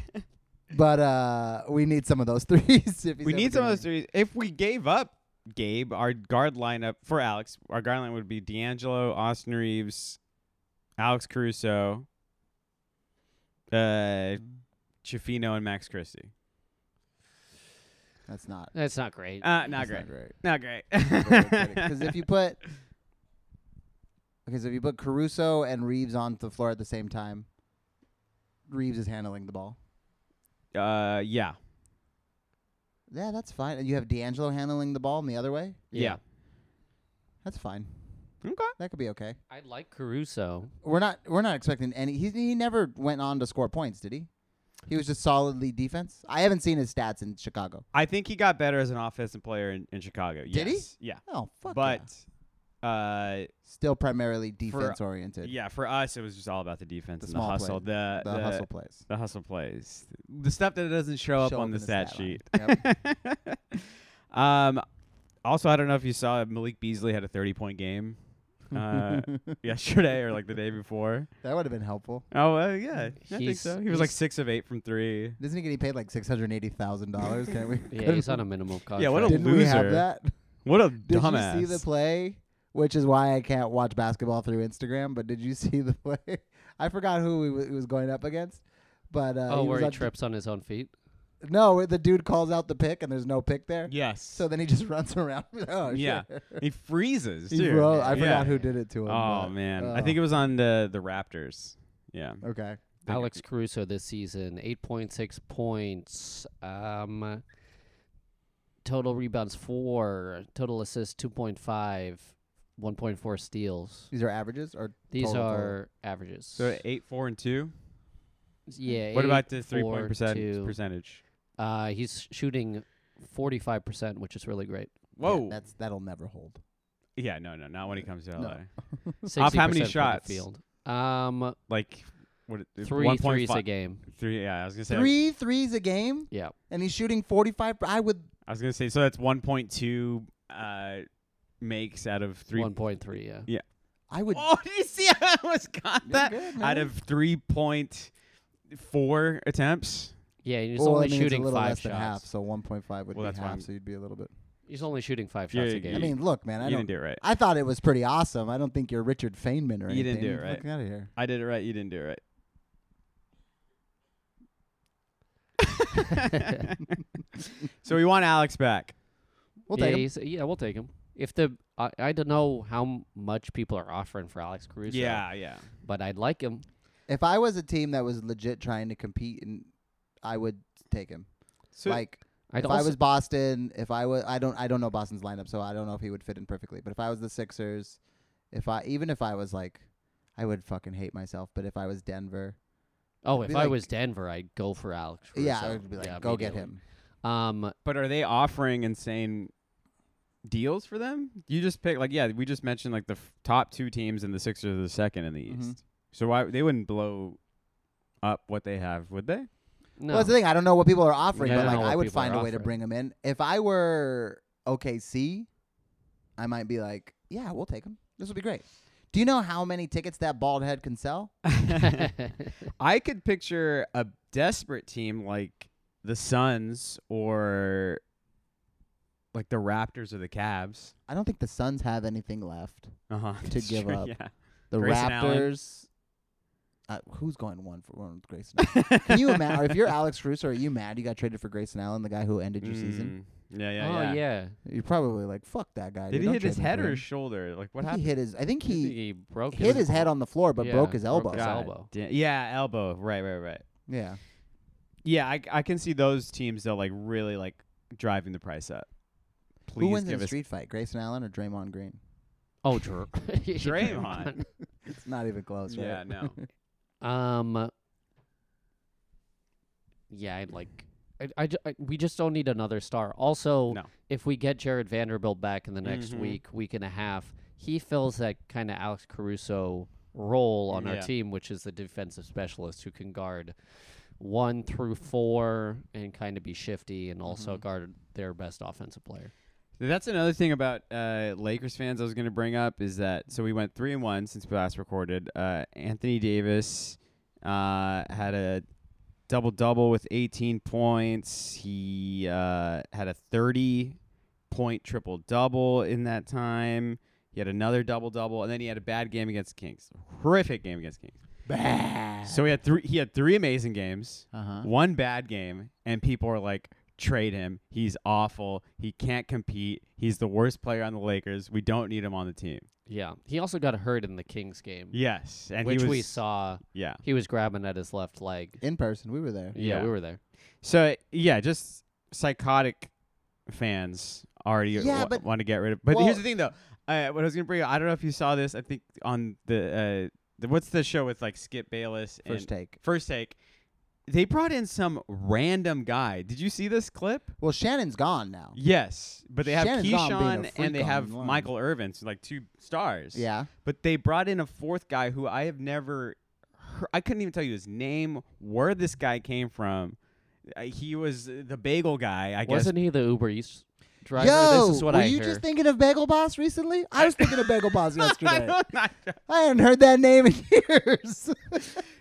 But uh, we need some of those threes. If he's
we
ever
need some
gonna
of those
make-
threes. If we gave up Gabe, our guard lineup for Alex, our guard line would be D'Angelo, Austin Reeves, Alex Caruso, uh, Chifino, and Max Christie.
That's not.
That's not great.
Uh, not
that's
great.
Not great.
Not great.
Because if you put, because if you put Caruso and Reeves on the floor at the same time, Reeves is handling the ball.
uh, yeah,
Yeah, that's fine. And you have D'Angelo handling the ball in the other way.
yeah,
That's fine.
Okay.
That could be okay.
I like Caruso.
We're not. We're not expecting any. He he never went on to score points, did he? He was just solidly defense. I haven't seen his stats in Chicago.
I think he got better as an offensive player in, in Chicago.
Did he?
yes. he? Yeah,
Oh fuck.
but.
yeah.
Uh,
still primarily defense oriented.
yeah, for us, it was just all about the defense
The
and
small
the hustle,
plays.
the,
the, hustle plays.
The hustle plays. The stuff that doesn't show, up
Show
on the, stat,
line.
sheet.
Yep.
um, also, I don't know if you saw Malik Beasley had a 30 point game uh, yesterday or like the day before.
that would have been helpful.
Oh, uh, yeah. I think
He's-
so. He was like
he's-
six of eight from three.
Isn't he getting paid like six hundred eighty thousand dollars? Can we?
Yeah, he's on a minimum contract.
Yeah, what a
Didn't we have
loser.
that?
What a
Did
dumbass.
you see the play? Which is why I can't watch basketball through Instagram. But did you see the play? I forgot who he, wa- he was going up against. But uh,
oh,
he
where
was
he
on-
trips on his own feet.
No, where the dude calls out the pick and there's no pick there.
yes.
So then he just runs around. oh
Yeah.
shit.
he freezes.
He
too.
ro- I
Yeah.
forgot who did it to him.
Oh,
but,
man.
uh,
I think it was on the, the Raptors. Yeah.
Okay.
Think-
Alex Caruso this season, 8.6 points, um, total rebounds 4, total assists 2.5, 1.4 steals.
These are averages or
These
Total, total.
are averages.
So eight, four, and two.
yeah.
what about the
eight,
three
four,
point percent
two.
percentage?
Uh, he's shooting 45%, which is really great.
yeah,
Whoa.
that's that'll never hold.
Yeah, no, no, not when it comes to LA.
No.
Off how many
60% from the
shots?
Field. Um,
Like what? it- it's
three
1.5
threes a game.
Three. Yeah, I was gonna say.
Three threes a game,
Yeah.
and he's shooting forty five. I would
I was gonna say. So that's one point two uh, makes out of three.
1.3, yeah.
I would.
Oh, did you see how I was got
You're
that?
good, man.
out of three point four attempts.
Yeah, he's
Well, I
only
mean, it's
shooting
a little
five
less
shots.
than half, so one point five would
Well,
be
that's why
half,
I'm-
so you'd be a little bit.
He's only shooting five
Yeah,
shots
yeah,
a game.
yeah.
I mean, look, man, I
you
don't.
didn't do it right.
I thought it was pretty awesome. I don't think you're Richard Feynman or anything.
You didn't do it right.
out of here.
I did it right. You didn't do it right. so we want Alex back.
We'll
yeah,
take him.
he's- yeah, we'll take him. If the I, I don't know how m- much people are offering for Alex Caruso.
Yeah, yeah.
but I'd like him.
If I was a team that was legit trying to compete, and I would take him.
So
like
I'd
if I
also,
was Boston, if I was, I don't, I don't know Boston's lineup, so I don't know if he would fit in perfectly. But if I was the Sixers, if I, even if I was like, I would fucking hate myself. But if I was Denver,
oh,
I'd
if
be
I
like-
was Denver, I'd go for Alex. Caruso.
yeah, I would be like,
Yeah,
go get
immediately.
him.
Um,
But are they offering insane deals for them? You just pick like yeah, we just mentioned
Mm-hmm.
like the f- top two teams and the Sixers are the second in the East.
Mhm.
So why they wouldn't blow up what they have, would they?
No.
Well, that's the thing. I don't know what people are offering,
Yeah, I
but
don't
like
know what
I would
people are
find a way to
offering.
bring them in. If I were OKC, I might be like, yeah, we'll take them. This would be great. Do you know how many tickets that bald head can sell?
Oh,
I could picture a desperate team like the Suns or like the Raptors or the Cavs.
I don't think the Suns have anything left.
Uh huh.
To give up.
Yeah.
The
Grayson Allen.
Raptors. Uh, who's going one for one with Grayson? Allen? Can you imagine? Or if you're Alex Caruso, are you mad you got traded for Grayson Allen, the guy who ended your
Mm.
season?
Yeah, yeah,
oh
yeah.
yeah.
You're probably like, fuck that guy.
Mm. Did
dude.
he
Don't
hit his
trade me for
head or
him."
his shoulder? Like what
He
happened?
hit his. I think
I think
he
he broke
hit his head on the floor, but
Yeah,
broke his
broke
elbow.
his
God
elbow.
da- yeah, elbow. Right, right, right.
Yeah.
Yeah, I, I can see those teams though, like really like driving the price up. Please
Who wins in
give
a
us
street fight, Grayson Allen or Draymond Green?
Oh, Dr-
Draymond.
It's not even close, right?
Yeah, no.
Um. Yeah, I'd like. I, I, ju- I- we just don't need another star. Also,
No.
if we get Jared Vanderbilt back in the next
Mhm.
week, week and a half, he fills that kind of Alex Caruso role on our
Yeah.
team, which is the defensive specialist who can guard one through four and kind of be shifty and also
Mm-hmm.
guard their best offensive player.
That's another thing about uh, Lakers fans. I was going to bring up is that so we went three and one since we last recorded. Uh, Anthony Davis uh, had a double double with 18 points. He uh, had a 30 point triple double in that time. He had another double double, and then he had a bad game against the Kings. Horrific game against the Kings.
Bad.
So he had three. He had three amazing games,
Uh-huh.
one bad game, and people are like, "Trade him. He's awful. He can't compete. He's the worst player on the Lakers. We don't need him on the team."
Yeah. He also got hurt in the Kings game,
Yes, and
which
he was,
we saw.
Yeah.
He was grabbing at his left leg.
In person, we were there.
yeah, we
Yeah.
were there.
So yeah, just psychotic fans already
Yeah, but-
want to get rid of. But
well-
here's the thing, though. Uh, what I was gonna bring, up, I don't know if you saw this. I think on the, uh, the what's the show with like Skip Bayless and
First take.
First Take. They brought in some random guy. Did you see this clip?
Well, Shannon's gone now.
Yes, but they have
Shannon's not being a
Keyshawn
freak
and they
on
have
the line.
Michael Irvin, so like two stars.
Yeah.
But they brought in a fourth guy who I have never heard. I couldn't even tell you his name, where this guy came from. Uh, he was uh, the bagel guy, I guess.
Wasn't he the Uber Eats driver?
Yo,
this is what
were
I
you
hear.
just thinking of Bagel Boss recently? I was thinking of Bagel Boss
I
yesterday.
don't- I don't-
I haven't heard that name in years.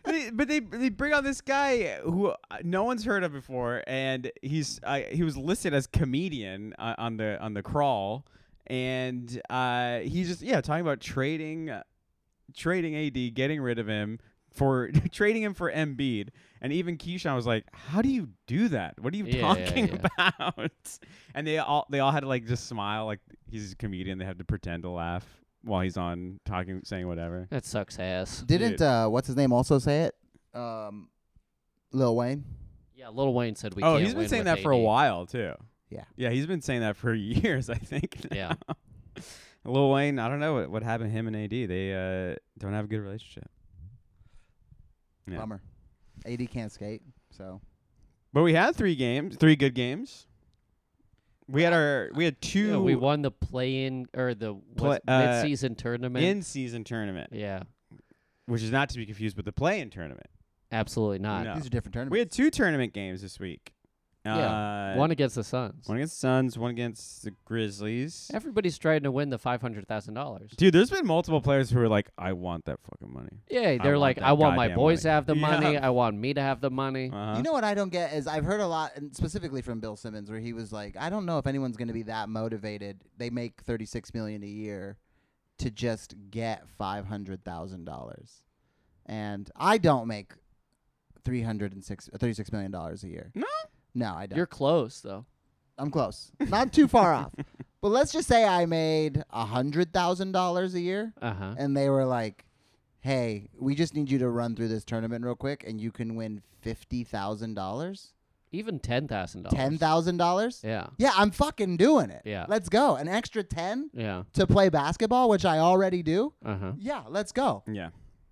They- but they they bring out this guy who uh, no one's heard of before, and he's uh, he was listed as comedian uh, on the on the crawl, and uh, he's just yeah talking about trading, uh, trading AD, getting rid of him for trading him for Embiid, and even Keyshawn was like, "How do you do that? What are you
Yeah, yeah,
talking about?" and they all they all had to like just smile like he's a comedian. They have to pretend to laugh while he's on talking, saying whatever.
that sucks ass.
Didn't uh, what's his name also say it? Um, Lil Wayne.
Yeah, Lil Wayne said we.
oh,
can't
he's been
win
saying
with
that for a
AD.
while too.
Yeah.
yeah, he's been saying that for years. I think.
Yeah,
Lil Wayne, I don't know what, what happened to him and AD. They uh, don't have a good relationship. Yeah.
Bummer. AD can't skate, so
But we had three games, three good games. We had our we had two
Yeah, we won the play-in or the
Play-
was
uh,
mid-season tournament.
in season tournament,
yeah,
which is not to be confused with the play in tournament.
absolutely not.
No.
these are different tournaments.
We had two tournament games this week.
Yeah,
Uh,
One against the Suns.
one against the Suns, one against the Grizzlies.
Everybody's trying to win the five hundred thousand dollars.
Dude, there's been multiple players who were like, "I want that fucking money."
Yeah, they're
want
like,
that
I want my
goddamn
boys to
money."
have the
Yeah.
money. I want me to have the money.
Uh-huh.
You know what I don't get is I've heard a lot, and specifically from Bill Simmons, where he was like, "I don't know if anyone's going to be that motivated. They make thirty six million a year to just get five hundred thousand dollars, and I don't make three hundred and six thirty six million dollars a year.
No?
no, I don't.
You're close though.
I'm close, not too far off. But let's just say I made a hundred thousand dollars a year,
Uh huh.
and they were like, "Hey, we just need you to run through this tournament real quick, and you can win fifty thousand dollars."
Even ten thousand dollars.
ten thousand dollars.
Yeah.
Yeah, I'm fucking doing it.
Yeah.
let's go. An extra ten
Yeah.
to play basketball, which I already do.
Uh huh.
Yeah, let's go.
Yeah.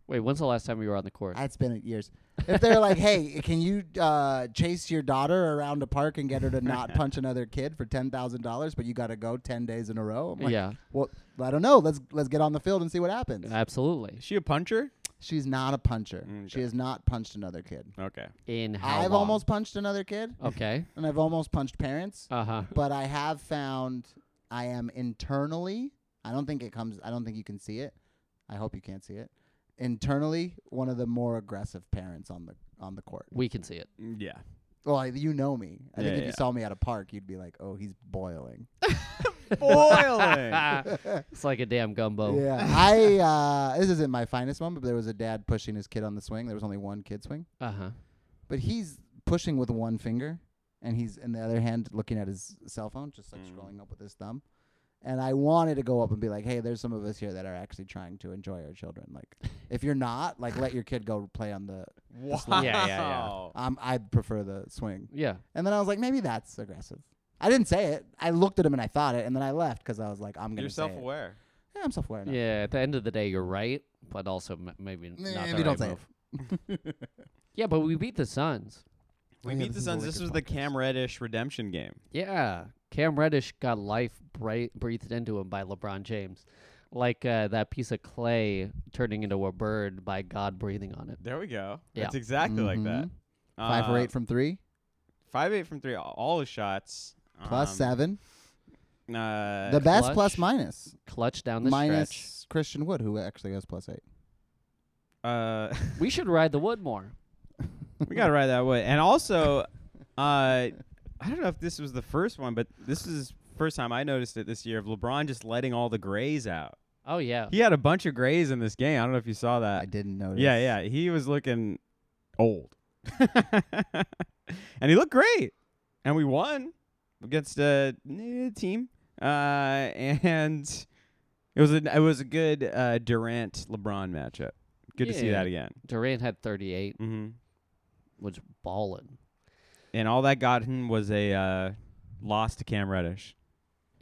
Wait, when's the last time we were on the court?
It's been years. If they're like, "Hey, can you uh, chase your daughter around a park and get her to not punch another kid for ten thousand dollars, but you got to go ten days in a row?" I'm like,
yeah,
Well, I don't know. Let's let's get on the field and see what happens.
absolutely.
Is she a puncher?
She's not a puncher. She
Okay.
has not punched another kid.
Okay.
In how
I've
long?
almost punched another kid,
okay.
and I've almost punched parents.
Uh huh.
but I have found I am internally. I don't think it comes. I don't think you can see it. I hope you can't see it. Internally, one of the more aggressive parents on the on the court.
We can see it.
Mm, Yeah.
Well, I- you know me. I
Yeah,
think if
yeah.
you saw me at a park, you'd be like, "Oh, he's boiling."
Boiling.
it's like a damn
Oh.
gumbo.
Ah. Yeah. I uh, this isn't my finest moment, but there was a dad pushing his kid on the swing. There was only one kid swing,
Uh huh.
but he's pushing with one finger, and he's in the other hand looking at his cell phone, just like
Mm.
scrolling up with his thumb. And I wanted to go up and be like, "Hey, there's some of us here that are actually trying to enjoy our children. Like, if you're not, like, let your kid go play on the.
wow.
yeah,
Um, I prefer the swing."
Yeah.
And then I was like, "Maybe that's aggressive." I didn't say it. I looked at him and I thought it, and then I left because I was like, "I'm gonna."
You're
say it."
self-aware.
Yeah, I'm self-aware. Now.
Yeah. At the end of the day, you're right, but also m- maybe not
Maybe
the
don't
right
say it.
move. Yeah, but we beat the Suns.
We
Yeah,
meet
this
the
is a
Suns.
wicked
This was the
podcast.
Cam Reddish redemption game.
Yeah, Cam Reddish got life bright, breathed into him by LeBron James, like uh, that piece of clay turning into a bird by God breathing on it.
There we go.
Yeah.
That's exactly like that.
Mhm. Five or
Uh,
eight from three,
Five eight from three. All all his shots.
plus
Um,
seven.
Uh,
The best
clutch?
plus minus.
Clutch down the
Minus
stretch.
Christian Wood, who actually has plus eight.
uh,
We should ride the wood more.
we got to ride that way. And also, uh, I don't know if this was the first one, but this is first time I noticed it this year of LeBron just letting all the grays out.
Oh yeah,
He had a bunch of grays in this game. I don't know if you saw that.
I didn't notice.
Uh, Yeah, yeah. He was looking old. and he looked great. And we won against a eh, team. Uh, and it was a it was a good uh, Durant LeBron matchup. Good to see
Yeah.
that again.
Durant had 38,
hmm
was balling.
And all that got him was a uh, loss to Cam Reddish.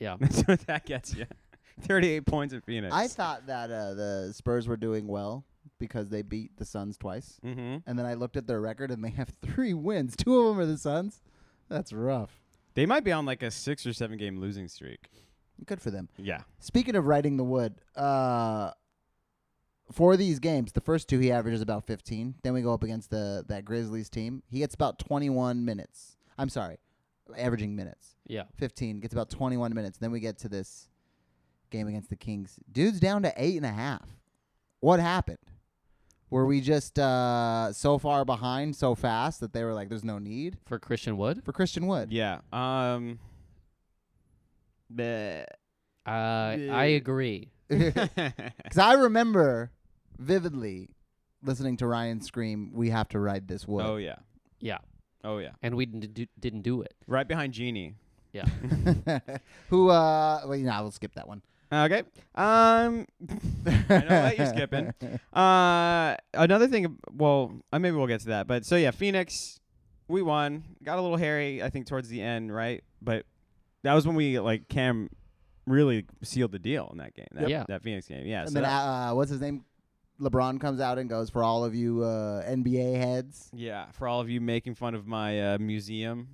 Yeah,
That's what that gets you. 38 points in Phoenix.
I thought that uh, the Spurs were doing well because they beat the Suns twice.
hmm
And then I looked at their record and they have three wins. Two of them are the Suns. That's rough.
They might be on like a six or seven game losing streak.
Good for them.
Yeah.
Speaking of riding the wood, uh, for these games, the first two he averages about 15. Then we go up against the that Grizzlies team. He gets about 21 minutes. I'm sorry, averaging minutes.
yeah.
15 gets about 21 minutes. Then we get to this game against the Kings. Dude's down to eight and a half. What happened? Were we just uh, so far behind so fast that they were like, "There's no need
For Christian Wood,
for Christian Wood"?
Yeah. Um. bleh.
uh, I agree.
Because I remember vividly listening to Ryan scream, "We have to ride this wood."
oh yeah.
Yeah,
Oh yeah.
and we didn't do, didn't do it.
Right behind Genie.
Yeah.
Who? Uh, well, you know, I will skip that one.
Okay. Um. I know that you're skipping. Uh. Another thing. ab- Well, uh, maybe we'll get to that. But so yeah, Phoenix, we won. Got a little hairy, I think, towards the end, right? But that was when we like Cam really sealed the deal in that game. That,
Yep. Yeah.
That Phoenix game. Yeah.
And
so
then
that-
uh, what's his name? LeBron comes out and goes for all of you uh, NBA heads.
yeah. For all of you making fun of my uh, museum.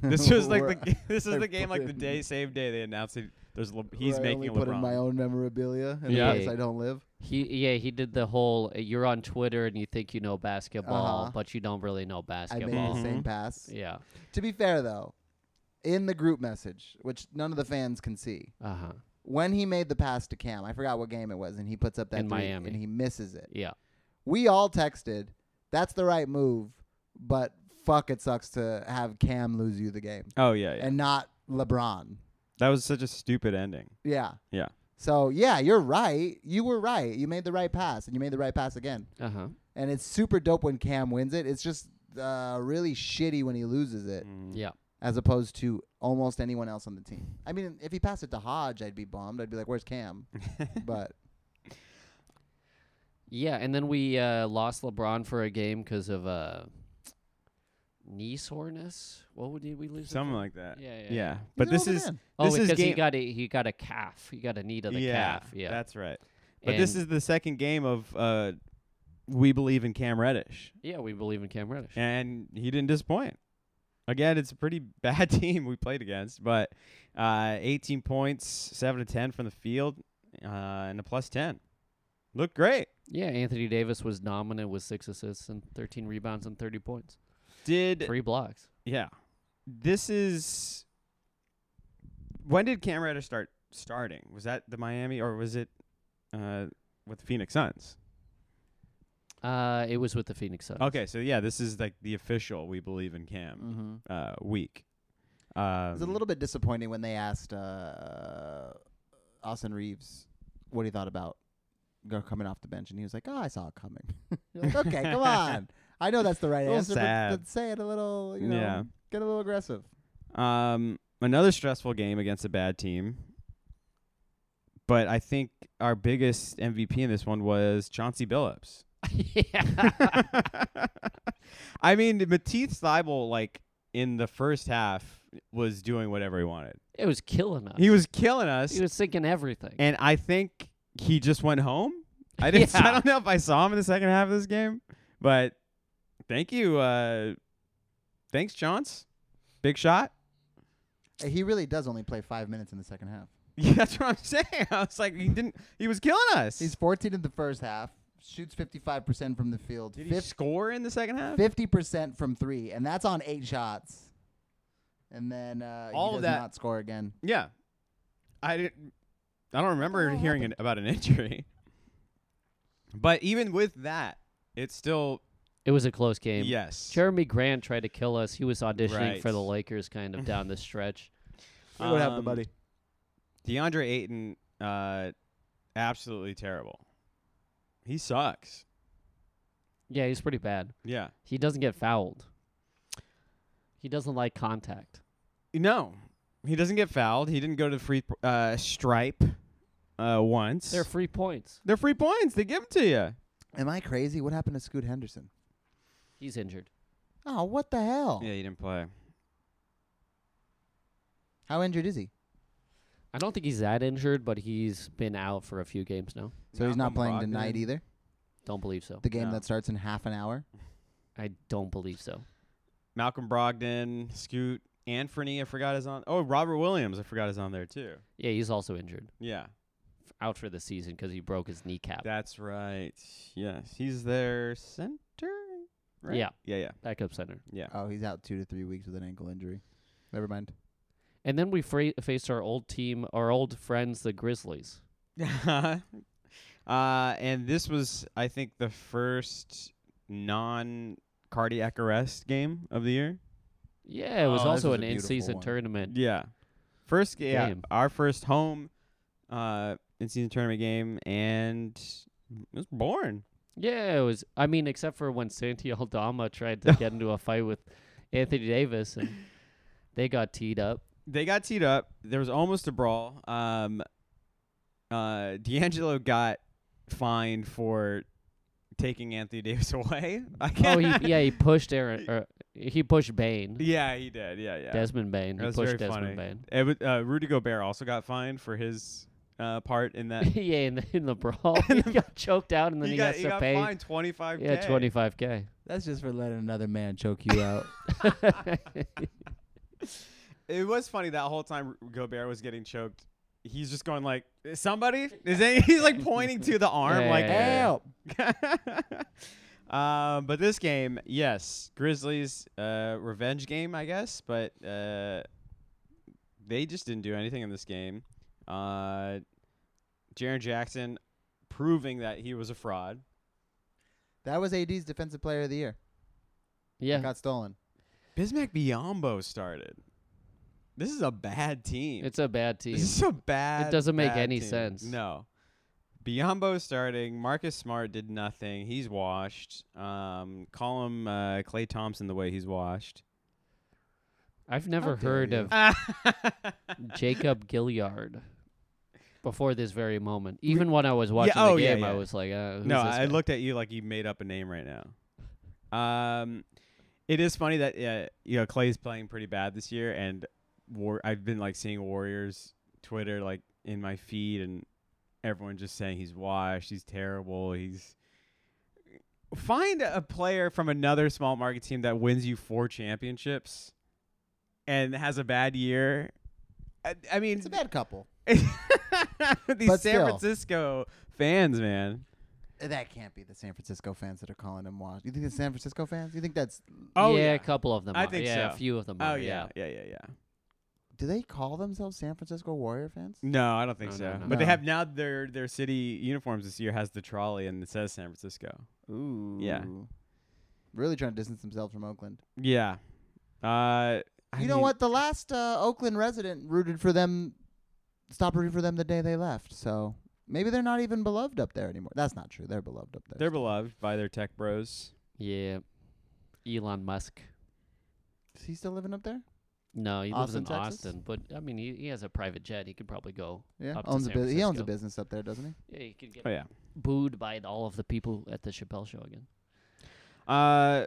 This was like
Where
the g- this
I
is the game like the
put
day
in-
same day they announced it. There's Le- he's
where I
making a
only put in
LeBron.
my own memorabilia in
Yeah.
the place I don't live.
He yeah he did the whole uh, you're on Twitter and you think you know basketball
Uh-huh.
but you don't really know
I made
basketball.
the
Mhm.
same pass.
Yeah.
To be fair though, in the group message, which none of the fans can see,
Uh huh.
when he made the pass to Cam, I forgot what game it was, and he puts up that
In
three
Miami.
and he misses it.
Yeah.
We all texted, "That's the right move," but fuck, it sucks to have Cam lose you the game
oh yeah, yeah.
and not LeBron.
That was such a stupid ending.
Yeah.
Yeah.
So yeah, you're right. You were right. You made the right pass, and you made the right pass again.
Uh huh.
And it's super dope when Cam wins it. It's just uh, really shitty when he loses it,
Yeah.
as opposed to almost anyone else on the team. I mean, if he passed it to Hodge, I'd be bummed. I'd be like, "Where's Cam?" but
Yeah, and then we uh, lost LeBron for a game because of uh, knee soreness. What would did we lose? him
Something
for?
like that.
Yeah, yeah,
Yeah.
yeah.
But
an
this
older
is
man.
Oh,
this is
because he
game-
got a he got a calf. He got a knee to the calf. Yeah.
That's right. But this
And-
is the second game of uh we believe in Cam Reddish.
yeah. We believe in Cam Reddish.
And he didn't disappoint. Again, it's a pretty bad team we played against, but uh 18 points, 7 to 10 from the field, uh and a plus 10. Looked great.
Yeah, Anthony Davis was dominant with six assists and 13 rebounds and 30 points,
Did
three blocks.
yeah. This is when did Cam Reddish start starting? Was that the Miami or was it uh, with the Phoenix Suns?
Uh, it was with the Phoenix Suns.
Okay, so yeah, this is like the official we believe in Cam
Mm-hmm.
uh, week.
It was a
Um,
little bit disappointing when they asked uh, Austin Reeves what he thought about go- coming off the bench, and he was like, "Oh, I saw it coming." You're like, okay, come on. I know that's the right
A little
answer, but-
sad.
But, say it a little. You know,
Yeah.
get a little aggressive.
Um, another stressful game against a bad team. But I think our biggest MVP in this one was Chauncey Billups.
yeah.
I mean, Matisse Thybul, like in the first half, was doing whatever he wanted.
It was killing us.
He was killing us,
he was sinking everything.
and I think he just went home. I didn't. I
Yeah.
don't know if I saw him in the second half of this game, but thank you, uh, thanks, Chance. Big shot.
Uh, He really does only play five minutes in the second half.
Yeah, that's what I'm saying. I was like, he didn't. He was killing us.
He's 14 in the first half, shoots 55% from the field,
Did he score in the second half?
50% from three, and that's on eight shots. And then uh,
All of
he does
that-
not score again.
Yeah, I didn't. I don't remember
hell
hearing an, about an injury. But even with that, it's still
it was a close game.
yes.
Jeremy Grant tried to kill us. He was auditioning
Right.
for the Lakers kind of down the stretch.
We don't have the Um, money. DeAndre Ayton, uh, absolutely terrible. He sucks.
Yeah, he's pretty bad.
Yeah.
He doesn't get fouled. He doesn't like contact.
No, he doesn't get fouled. He didn't go to the free uh, stripe uh, once.
They're free points.
They're free points. They give them to you.
Am I crazy? What happened to Scoot Henderson?
He's injured.
Oh, what the hell?
Yeah, he didn't play.
How injured is he?
I don't think he's that injured, but he's been out for a few games now.
So he's
Malcolm
not playing
Brogdon.
tonight e- either.
Don't believe so.
The game
No.
that starts in half an hour.
I don't believe so.
Malcolm Brogdon, Scoot, Anfernee, I forgot is on. Oh, Robert Williams, I forgot is on there too.
Yeah, he's also injured.
Yeah,
F- Out for the season because he broke his kneecap.
that's right. Yes, he's their center. Right?
Yeah.
yeah, yeah,
Backup center.
yeah.
Oh, he's out two to three weeks with an ankle injury. Never mind.
And then we fra- faced our old team, our old friends, the Grizzlies.
uh, and this was, I think, the first non cardiac arrest game of the year.
Yeah, it was
Oh, this
also
was
an
a
in
beautiful
season
one.
tournament.
Yeah, first game,
Game.
our first home uh, in season tournament game, and it was boring.
Yeah, it was. I mean, except for when Santi Aldama tried to get into a fight with Anthony Davis and they got teed up.
they got teed up. There was almost a brawl. Um, uh, D'Angelo got fined for taking Anthony Davis away. I
Oh,
can't.
he, yeah, he pushed Aaron. Or he pushed Bain.
yeah, he did. Yeah, yeah.
Desmond Bain. He
That was very
pushed Desmond
funny. It was, uh, Rudy Gobert also got fined for his uh, part in that.
Bain. yeah, in the, in the brawl, he got choked out, and then he,
got, he
to
got
pay.
fined twenty five.
Yeah, twenty five k.
That's just for letting another man choke you out.
It was funny that whole time Ru- Gobert was getting choked. He's just going like, "Somebody is any-" he's like pointing to the arm,
Yeah,
like,
yeah, yeah.
Help!
um, but this game, yes, Grizzlies uh, revenge game, I guess. But uh, they just didn't do anything in this game. Uh, Jaron Jackson proving that he was a fraud.
That was AD's defensive player of the year. It
Yeah,
Got stolen.
Bismack Biombo started. This is a bad team.
it's a bad team.
this is a bad.
doesn't make
bad
any
team.
sense.
No. Biombo starting. Marcus Smart did nothing. He's washed. Um, call him uh, Clay Thompson the way he's washed.
I've never
dare
heard
you.
of Jacob Gilliard before this very moment. Even when I was watching
oh,
the
yeah,
game, I
yeah.
was like, uh, who's
no,
this
I
guy?
looked at you like you made up a name right now. Um, it is funny that uh, you know Clay's playing pretty bad this year, and war. I've been like seeing Warriors Twitter like in my feed, and everyone just saying he's washed, he's terrible, he's. Find a player from another small market team that wins you four championships, and has a bad year. I, I mean,
It's a bad couple.
These
But
San
still.
Francisco fans, man.
That can't be the San Francisco fans that are calling him washed. You think it's San Francisco fans? You think that's
Oh
yeah,
yeah.
a couple of them.
I
are.
think
yeah,
so.
a few of them.
Oh
are,
yeah. Yeah. Yeah. Yeah.
do they call themselves San Francisco Warrior fans?
No, I don't think
No,
so.
no, no.
But they
No.
have now their their city uniforms this year has the trolley and it says San Francisco.
Ooh.
Yeah.
Really trying to distance themselves from Oakland.
Yeah. Uh, I
you know
mean-
what? The last uh, Oakland resident rooted for them, stopped rooting for them the day they left. So maybe they're not even beloved up there anymore. That's not true. They're beloved up there.
They're beloved by their tech bros.
Yeah. Elon Musk.
Is he still living up there?
No, he lives in
Austin, Texas?
Austin, but I mean, he, he has a private jet. He could probably go.
Yeah,
Up to
owns a
San
bu- he owns
Francisco.
a business up there, doesn't he?
Yeah, he could get
Oh yeah.
booed by all of the people at the Chappelle show again.
Uh,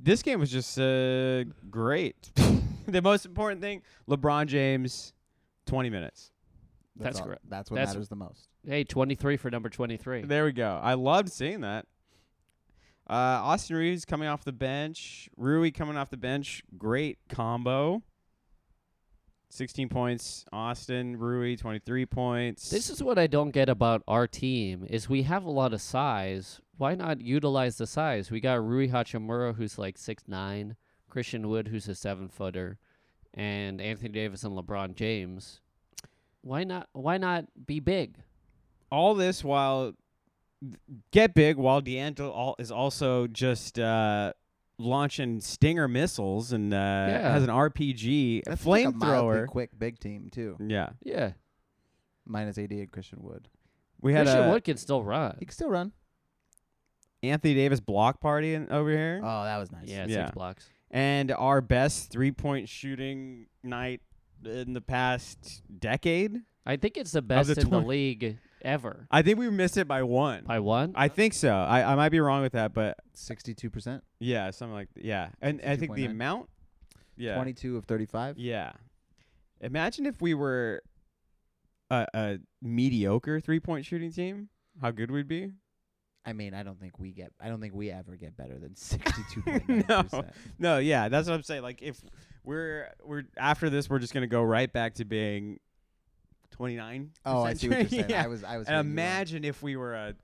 this game was just uh, great. the most important thing: LeBron James, twenty minutes.
That's
all-
correct.
That's what
That's-
matters the most.
Hey, 23 for number 23.
There we go. I loved seeing that. Uh, Austin Reeves coming off the bench, Rui coming off the bench, great combo. Sixteen points, Austin Rui, twenty-three points.
This is what I don't get about our team is we have a lot of size. Why not utilize the size? We got Rui Hachimura who's like six nine, Christian Wood who's a seven footer, and Anthony Davis and LeBron James. Why not why not be big?
all this while get big while D'Angelo all, is also just uh, launching stinger missiles and uh,
Yeah.
has an RPG, a
That's like a mildly
flamethrower.
quick, big team too.
yeah,
Yeah.
Minus AD and Christian Wood.
we had
Christian
a
Wood can still run.
He can still run.
Anthony Davis block party in, over here,
Oh, that was nice.
Yeah,
Yeah.
six blocks.
and our best three point shooting night in the past decade.
I think it's the best
the
in the
twen-
league ever.
I think we missed it by one.
By one?
I think so. I, I might be wrong with that, but
Sixty-two percent.
yeah, something like yeah. And I think the
62.9.
amount. Yeah.
Twenty-two of thirty-five.
Yeah. Imagine if we were a, a mediocre three point shooting team, how good we'd be.
I mean, I don't think we get. I don't think we ever get better than sixty-two point nine percent.
No, yeah, that's what I'm saying. Like if we're we're after this, we're just gonna go right back to being twenty nine.
Oh, I see what you're saying.
yeah.
I was. I was.
and
reading you wrong.
imagine if we were a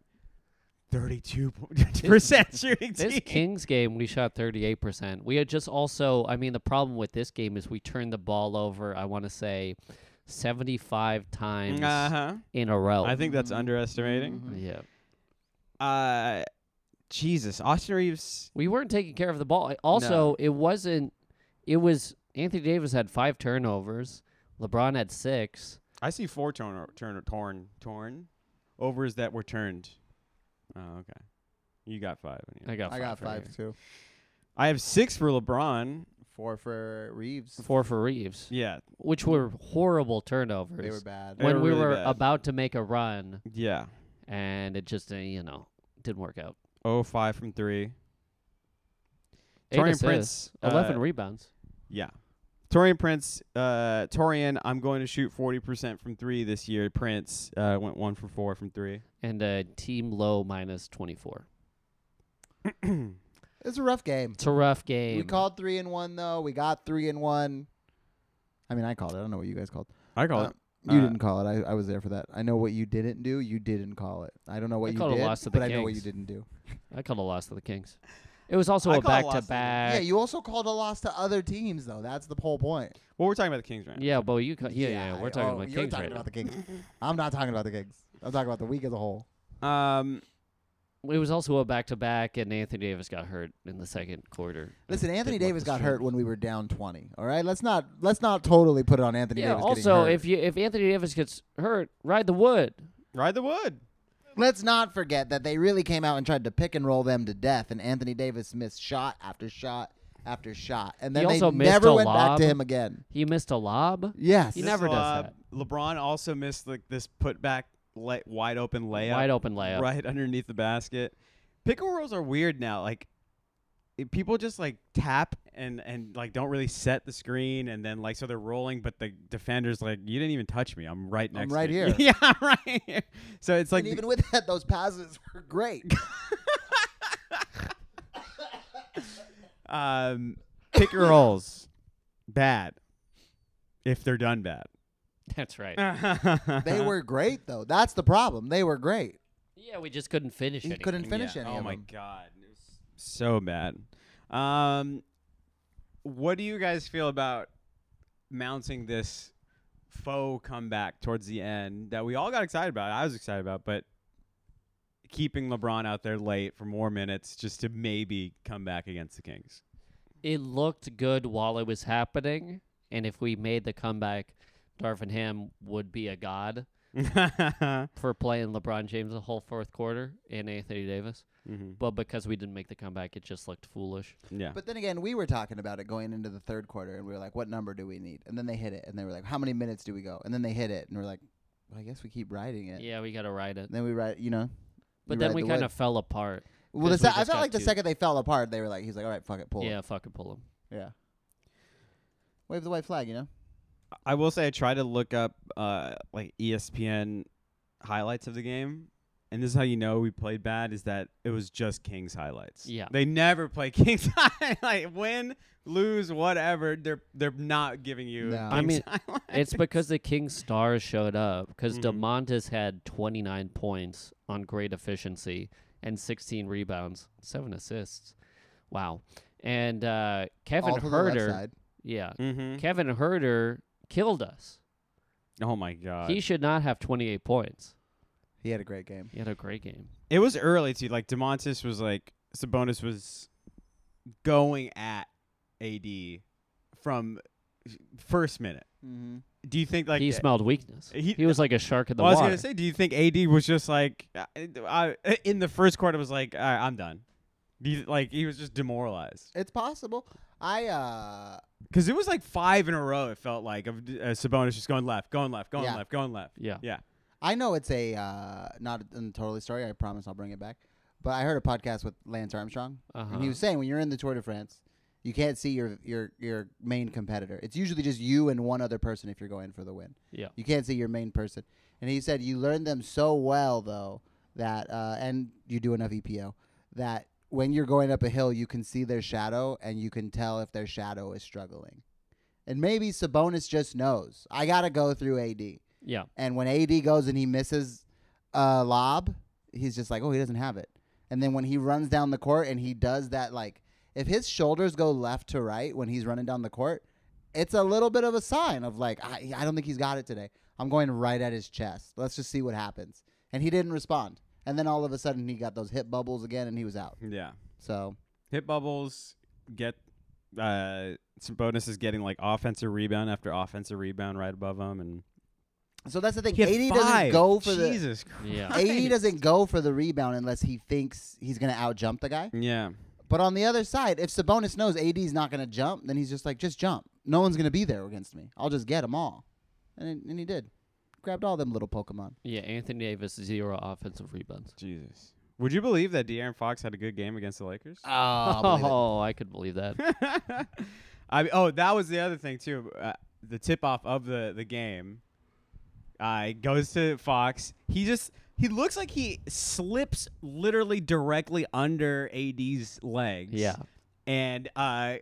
thirty two percent shooting
This
team.
Kings game, we shot 38%. We had just also, I mean, the problem with this game is we turned the ball over, I want to say, 75 times
Uh huh.
in a row.
I think that's
Mhm.
underestimating.
Mhm.
Yeah.
Uh, Jesus, Austin Reeves.
We weren't taking care of the ball. Also, it wasn't, it was, Anthony Davis had five turnovers, LeBron had six.
I see four torn, turn, torn, torn overs that were turned. Oh, okay. You got five.
I
Anyway.
got
I
five.
got
for
five
you.
too.
I have six for LeBron.
Four for Reeves.
Four for Reeves,
Yeah,
which were horrible turnovers.
They were bad.
They
when
were
we
really
were
bad.
about to make a run,
yeah.
and it just, uh, you know, didn't work out.
Oh, five from three.
Eight
Torian
assists,
Prince,
11
uh,
rebounds.
Yeah. Torian Prince, uh, Torian, I'm going to shoot 40% from three this year. Prince uh, went one for four from three.
and uh, team low minus 24.
It's a rough game.
It's a rough game.
We called three and one though. We got three and one. I mean, I called it. I don't know what you guys called.
I call
Uh, You
Uh,
didn't call it. I, I was there for that. I know what you didn't do. You didn't call it. I don't know what
I
you
called a
did,
loss to the
but I know what you
Kings.
didn't do.
I called a loss to the Kings. It was also
I
a
call a
back
loss to
to
the-
back.
yeah, you also called a loss to other teams though. That's the whole point.
Well, we're talking about the Kings right now.
Yeah, but you. Ca- yeah, yeah,
I-
We're talking
oh,
about
you're
Kings
talking
right
about the Kings. I'm not talking about the Kings. I'm talking about the week as a whole.
Um,
now. It was also a back to back, and Anthony Davis got hurt in the second quarter.
Listen,
Didn't
Anthony
look
Davis
the
got
strength.
hurt when we were down 20. All right, let's not let's not totally put it on Anthony
Yeah.
Davis. getting
Also,
hurt.
if you if Anthony Davis gets hurt, ride the wood.
ride the wood.
Let's not forget that they really came out and tried to pick and roll them to death, and Anthony Davis missed shot after shot after shot, and
He
then
also
they
missed
never
a
went back
lob.
to him again.
He missed a lob.
Yes,
He never does
lob. uh, LeBron also missed like this putback lay- wide open layup.
Wide open layup.
right underneath the basket. Pick and rolls are weird now. Like it- people just like tap and and like don't really set the screen, and then like so they're rolling, but the defender's like, "You didn't even touch me. I'm right
I'm
next.
right
to you."
here.
yeah, I'm right here. So it's like
and even with that, those passes were great.
um, pick and rolls bad if they're done bad.
That's right.
they were great though. That's the problem. They were great.
Yeah, we just couldn't finish
He
it.
couldn't finish
Yeah.
any
oh
of
my
them.
god, it was so bad. Um, what do you guys feel about mounting this faux comeback towards the end that we all got excited about? I was excited about, but keeping LeBron out there late for more minutes just to maybe come back against the Kings.
It looked good while it was happening, and if we made the comeback, Darvin Ham would be a god
mm-hmm.
for playing LeBron James the whole fourth quarter and Anthony Davis. But because we didn't make the comeback, it just looked foolish.
Yeah.
But then again, we were talking about it going into the third quarter, and we were like, "What number do we need?" And then they hit it, and they were like, "How many minutes do we go?" And then they hit it, and we're like, well, "I guess we keep riding
Yeah,
it."
we got to ride it.
And then we ride, you know.
But then
ride
we
the
kind
wave.
of fell apart.
Well, the
'cause we
se- I
just
felt
got
like the
two.
second they fell apart, they were like, "He's like, all right, fuck it, pull." it."
Yeah, fucking pull him.
yeah. Wave the white flag, you know.
I will say I tried to look up uh, like ESPN highlights of the game, and this is how you know we played bad is that it was just Kings highlights.
Yeah.
they never play Kings highlights. like win, lose, whatever. They're they're not giving you.
No.
Kings
I Mm-hmm.
mean,
highlights.
It's because the King stars showed up because
Mhm.
DeMontis had 29 points on great efficiency and 16 rebounds, seven assists. Wow. And uh, Kevin
All to the left
Herder,
side.
yeah,
hmm
Kevin Herder killed us.
Oh my god!
he should not have 28 points.
He had a great game.
He had a great game.
it was early too. Like Demontis was like Sabonis was going at AD from first minute.
Mm-hmm.
Do you think like
he smelled weakness.
he-
He, was like a shark in the
Well, I
water.
was gonna say, do you think AD was just like, uh, I, in the first quarter was like, All right, I'm done. Do you, like he was just demoralized
It's possible. I uh
because it was like five in a row. It felt like of uh, Sabonis just going left, going left, going
Yeah.
left, going left.
yeah.
Yeah,
I know it's a uh not a totally story. I promise I'll bring it back. But I heard a podcast with Lance Armstrong,
Uh-huh.
and he was saying when you're in the Tour de France, you can't see your your your main competitor. It's usually just you and one other person if you're going for the win.
yeah.
You can't see your main person. And he said you learn them so well though that uh, and you do enough EPO that when you're going up a hill you can see their shadow and you can tell if their shadow is struggling. And maybe Sabonis just knows. I got to go through AD.
Yeah.
And when AD goes and he misses a lob, he's just like, oh, he doesn't have it. And then when he runs down the court and he does that, like, if his shoulders go left to right when he's running down the court, it's a little bit of a sign of like, I, I don't think he's got it today. I'm going right at his chest. Let's just see what happens. And he didn't respond. And then all of a sudden he got those hip bubbles again and he was out.
yeah.
So
Hit bubbles. Get uh, Sabonis is getting like offensive rebound after offensive rebound right above him, and
so that's the thing.
He had
AD doesn't
five.
go for the
Jesus
Yeah.
Christ.
AD doesn't go for the rebound unless he thinks he's gonna out jump the guy.
Yeah,
But on the other side, if Sabonis knows AD's not going to jump, then he's just like, just jump. No one's going to be there against me. I'll just get them all. And, and he did. Grabbed all them little Pokemon.
Yeah. Anthony Davis, zero offensive rebounds.
Jesus. Would you believe that De'Aaron Fox had a good game against the Lakers?
Oh, I could believe that.
I mean, oh, that was the other thing too. Uh, the tip off of the the game, uh, it goes to Fox. He just he looks like he slips literally directly under AD's legs.
yeah.
and uh,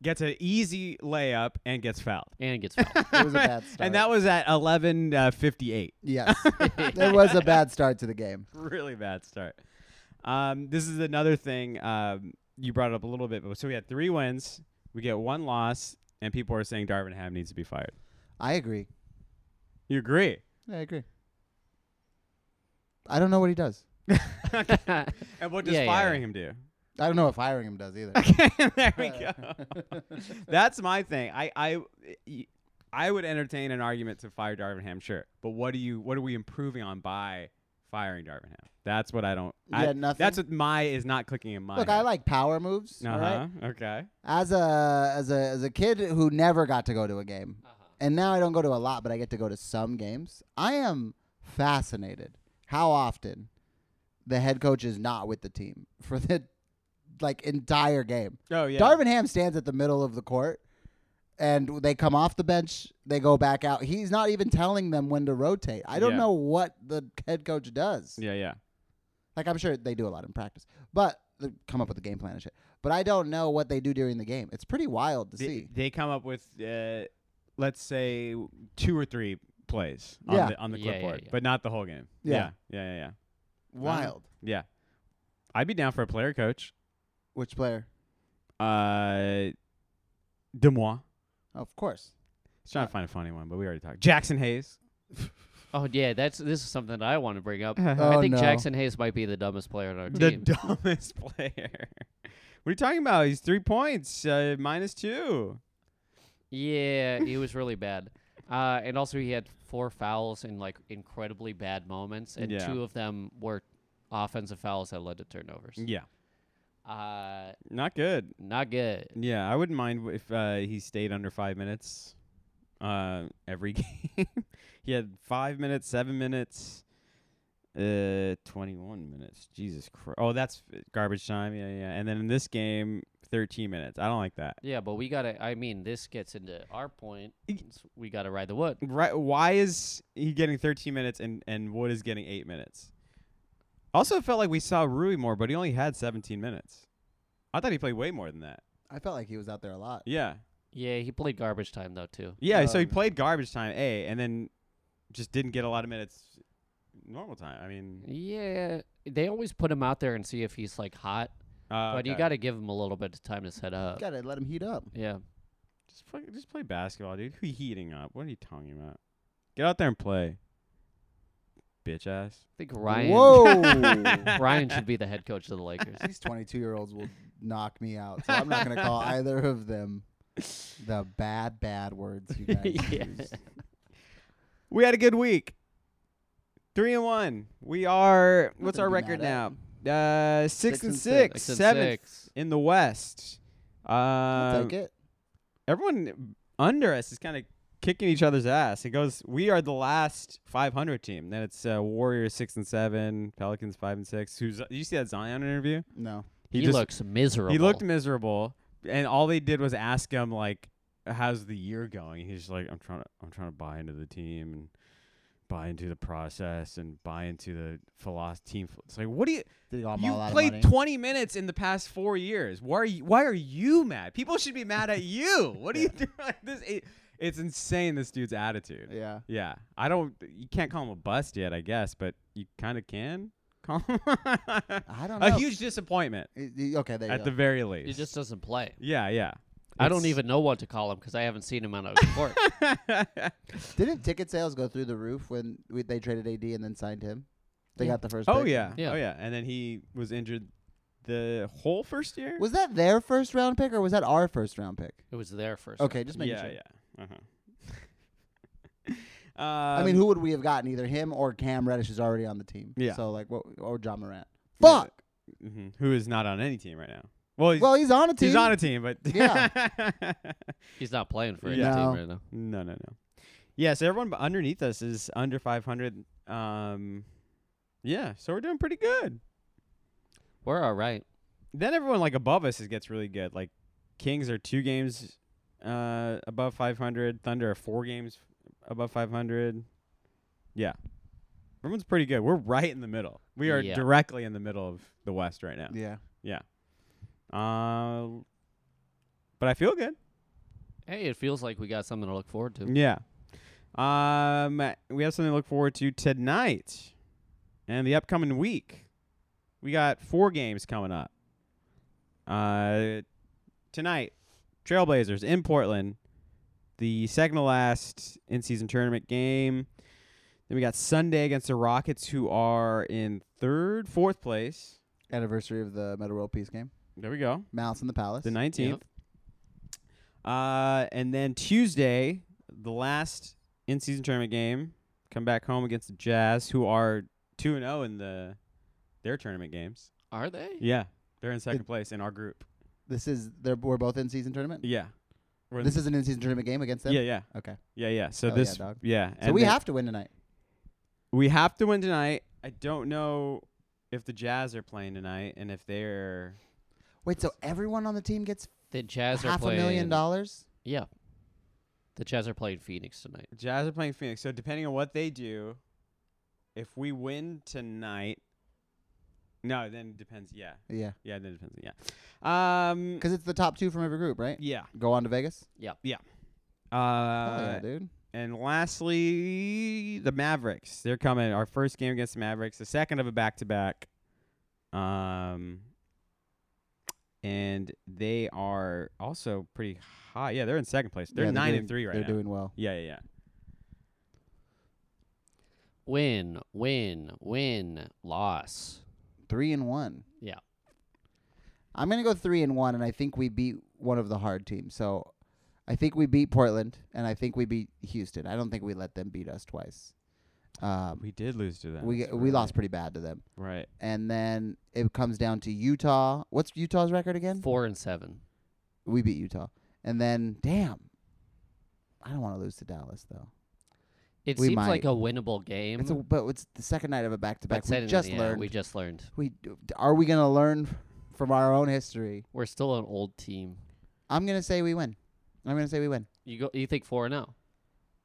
gets an easy layup and gets fouled.
And gets fouled.
It was a bad start.
And that was at eleven uh, fifty eight.
Yes. it was a bad start to the game.
really bad start. Um, this is another thing um, you brought up a little bit, but so we had three wins, we get one loss, and people are saying Darvin Ham needs to be fired.
I agree.
You agree?
I agree. I don't know what he does.
And what does
Yeah, yeah,
firing him
I don't know if hiring him does either.
do? there we go. That's my thing. I, I, I would entertain an argument to fire Darvin Ham, sure. But what do you? What are we improving on by firing Darvin Ham? That's what I don't. I-
Yeah, nothing.
That's what my is not clicking in my.
Look, I like power moves.
Uh
all right?
huh. Okay.
As a as a as a kid who never got to go to a game, and now I don't go to a lot, but I get to go to some games. I am fascinated how often the head coach is not with the team for the like entire game.
Oh yeah.
Darvin Ham stands at the middle of the court, and they come off the bench. They go back out. He's not even telling them when to rotate. I don't
Yeah.
know what the head coach does.
Yeah, yeah.
Like I'm sure they do a lot in practice, but they come up with a game plan and shit. But I don't know what they do during the game. It's pretty wild to
they,
see.
they come up with uh, let's say two or three plays on
Yeah.
the on the
Yeah, yeah,
clipboard,
yeah.
but not the whole game.
Yeah.
yeah, yeah, yeah. yeah.
Wild.
Yeah. I'd be down for a player coach.
Which player?
Uh, Demois.
Of course.
Just trying to find a funny one, but we already talked. Jackson Hayes.
Oh yeah, that's this is something that I want to bring up.
Oh,
I think
no.
Jackson Hayes might be the dumbest player on our
Uh, the
team.
dumbest player. What are you talking about? He's three points, uh, minus two.
yeah, he was really bad. Uh, and also he had four fouls in like incredibly bad moments, and
Yeah.
two of them were offensive fouls that led to turnovers.
Yeah,
Uh,
not good.
not good.
Yeah, I wouldn't mind w- if uh, he stayed under five minutes uh, every game. he had five minutes, seven minutes, uh, 21 minutes. Jesus Christ. Oh, that's f- garbage time. Yeah, yeah. And then in this game, 13 minutes. I don't like that.
Yeah, but we gotta. I mean, this gets into our point.
Y-
s- We gotta ride the wood.
Right? Why is he getting 13 minutes and, and Wood is getting eight minutes? Also, it felt like we saw Rui more, but he only had 17 minutes. I thought he played way more than that.
I felt like he was out there a lot.
Yeah.
Yeah, he played garbage time though too.
Yeah, so he
Um,
played garbage time A, and then just didn't get a lot of minutes normal time. I mean,
Yeah, they always put him out there and see if he's like hot,
uh,
but you
okay.
gotta give him a little bit of time to set up.
Gotta let him heat up.
Yeah,
just play, just play basketball, dude. Who you heating up? What are you talking about? Get out there and play, bitch ass.
I think Ryan.
Whoa.
Ryan should be the head coach of the Lakers.
These 22 year olds will knock me out. So I'm not going to call either of them the bad, bad words you guys
Yeah.
used.
We had a good week. Three and one. We are. what's
Nothing
our
to be
record now?
mad
Uh, six, and
six,
six,
six and
seventh
six.
in the West.
I'll
Um,
take it.
everyone under us is kind of kicking each other's ass. It goes, we are the last 500 team. Then it's uh, Warriors six and seven, Pelicans five and six. Who's did you see that Zion interview?
No.
He,
just-
looks miserable.
he looked miserable, and all they did was ask him like, "How's the year going?" He's just like, "I'm trying to, I'm trying to buy into the team and buy into the process and buy into the philosophy." Team, phil-" it's like, what do you?
Did he go on
You
a lot
played
of money?
20 minutes in the past four years. Why are you, why are you mad? People should be mad at you. What are you doing? Like this, it, it's insane. This dude's attitude.
Yeah.
Yeah, I don't. You can't call him a bust yet, I guess, but you kind of can call him
I don't know.
a huge disappointment
Y- y- Okay, there you
at
go.
the very
He
least.
just doesn't play.
yeah, yeah.
I don't
It's-
even know what to call him because I haven't seen him on a court.
Didn't ticket sales go through the roof when we, they traded AD and then signed him? They
Yeah.
got the first
oh
pick.
yeah.
Yeah.
oh yeah. And then he was injured the whole first year.
Was that their first round pick or was that our first round pick?
It was their first.
Okay, just making
yeah,
sure.
yeah. Uh-huh.
I mean,
Um,
who would we have gotten? Either him or Cam Reddish is already on the team.
Yeah.
So like, what? Or John Morant.
Yeah.
Fuck.
Mhm. Who is not on any team right now. Well, he's,
Well, he's on a team.
he's on a team, but
Yeah.
He's not playing for
Yeah.
any
No.
team right now.
no, no, no. Yeah, so everyone b- underneath us is under 500. Um, yeah, so we're doing pretty good.
We're all right.
Then everyone like above us is, gets really good. Like Kings are two games uh, above 500. Thunder are four games above 500. Yeah, everyone's pretty good. We're right in the middle. We are
Yeah.
directly in the middle of the West right now.
yeah.
Uh, but I feel good.
Hey, it feels like we got something to look forward to.
Yeah. Um, we have something to look forward to tonight and the upcoming week. We got four games coming up. Uh, tonight, Trailblazers in Portland, the second to last in season tournament game. Then we got Sunday against the Rockets, who are in third, fourth place.
Anniversary of the Metal World Peace game.
There we go.
Mouse in the Palace.
The 19th. Uh, and then Tuesday, the last in season tournament game, come back home against the Jazz, who are 2 and 0 in the their tournament games.
Are they?
Yeah. They're in second place in our group.
This is they're, we're both in season tournament.
Yeah. We're in-
This is an in season tournament game against them.
yeah, yeah.
Okay.
Yeah, yeah. So
Hell yeah,
this yeah.
dog. So
and
we
then-
have to win tonight.
we have to win tonight. I don't know if the Jazz are playing tonight and if they're
Wait, so everyone on the team gets
The Jazz are
half a
playing.
million dollars?
Yeah. The Jazz are playing Phoenix tonight.
Jazz are playing Phoenix. So depending on what they do, if we win tonight, no, then it depends. Yeah,
Yeah.
yeah, then it depends. Yeah, um,
Because it's the top two from every group, right?
yeah,
Go on to Vegas.
uh,
Hell Oh, yeah, dude.
And lastly, the Mavericks. They're coming. Our first game against the Mavericks, the second of a back to back. Um, and they are also pretty high. Yeah, they're in second place. They're
Yeah,
nine
doing-
and three right
They're
now.
doing well.
yeah, yeah, yeah.
Win, win, win, loss.
Three and one.
Yeah.
I'm gonna go three and one, and I think we beat one of the hard teams. So, I think we beat Portland, and I think we beat Houston. I don't think we let them beat us twice. Um,
We did lose to them.
we
That's
we
right.
lost pretty bad to them,
Right.
and then it comes down to Utah. What's Utah's record again?
Four and seven.
We beat Utah, and then damn, I don't want to lose to Dallas though.
It
We
seems like
might.
a winnable game.
It's a, but it's the second night of a back to
but
back.
said
We
Mm. in
just
the end,
learned.
We just learned.
we are we gonna learn from our own history?
We're still an old team.
I'm gonna say we win. I'm gonna say we win.
You go. You think four and oh? zero?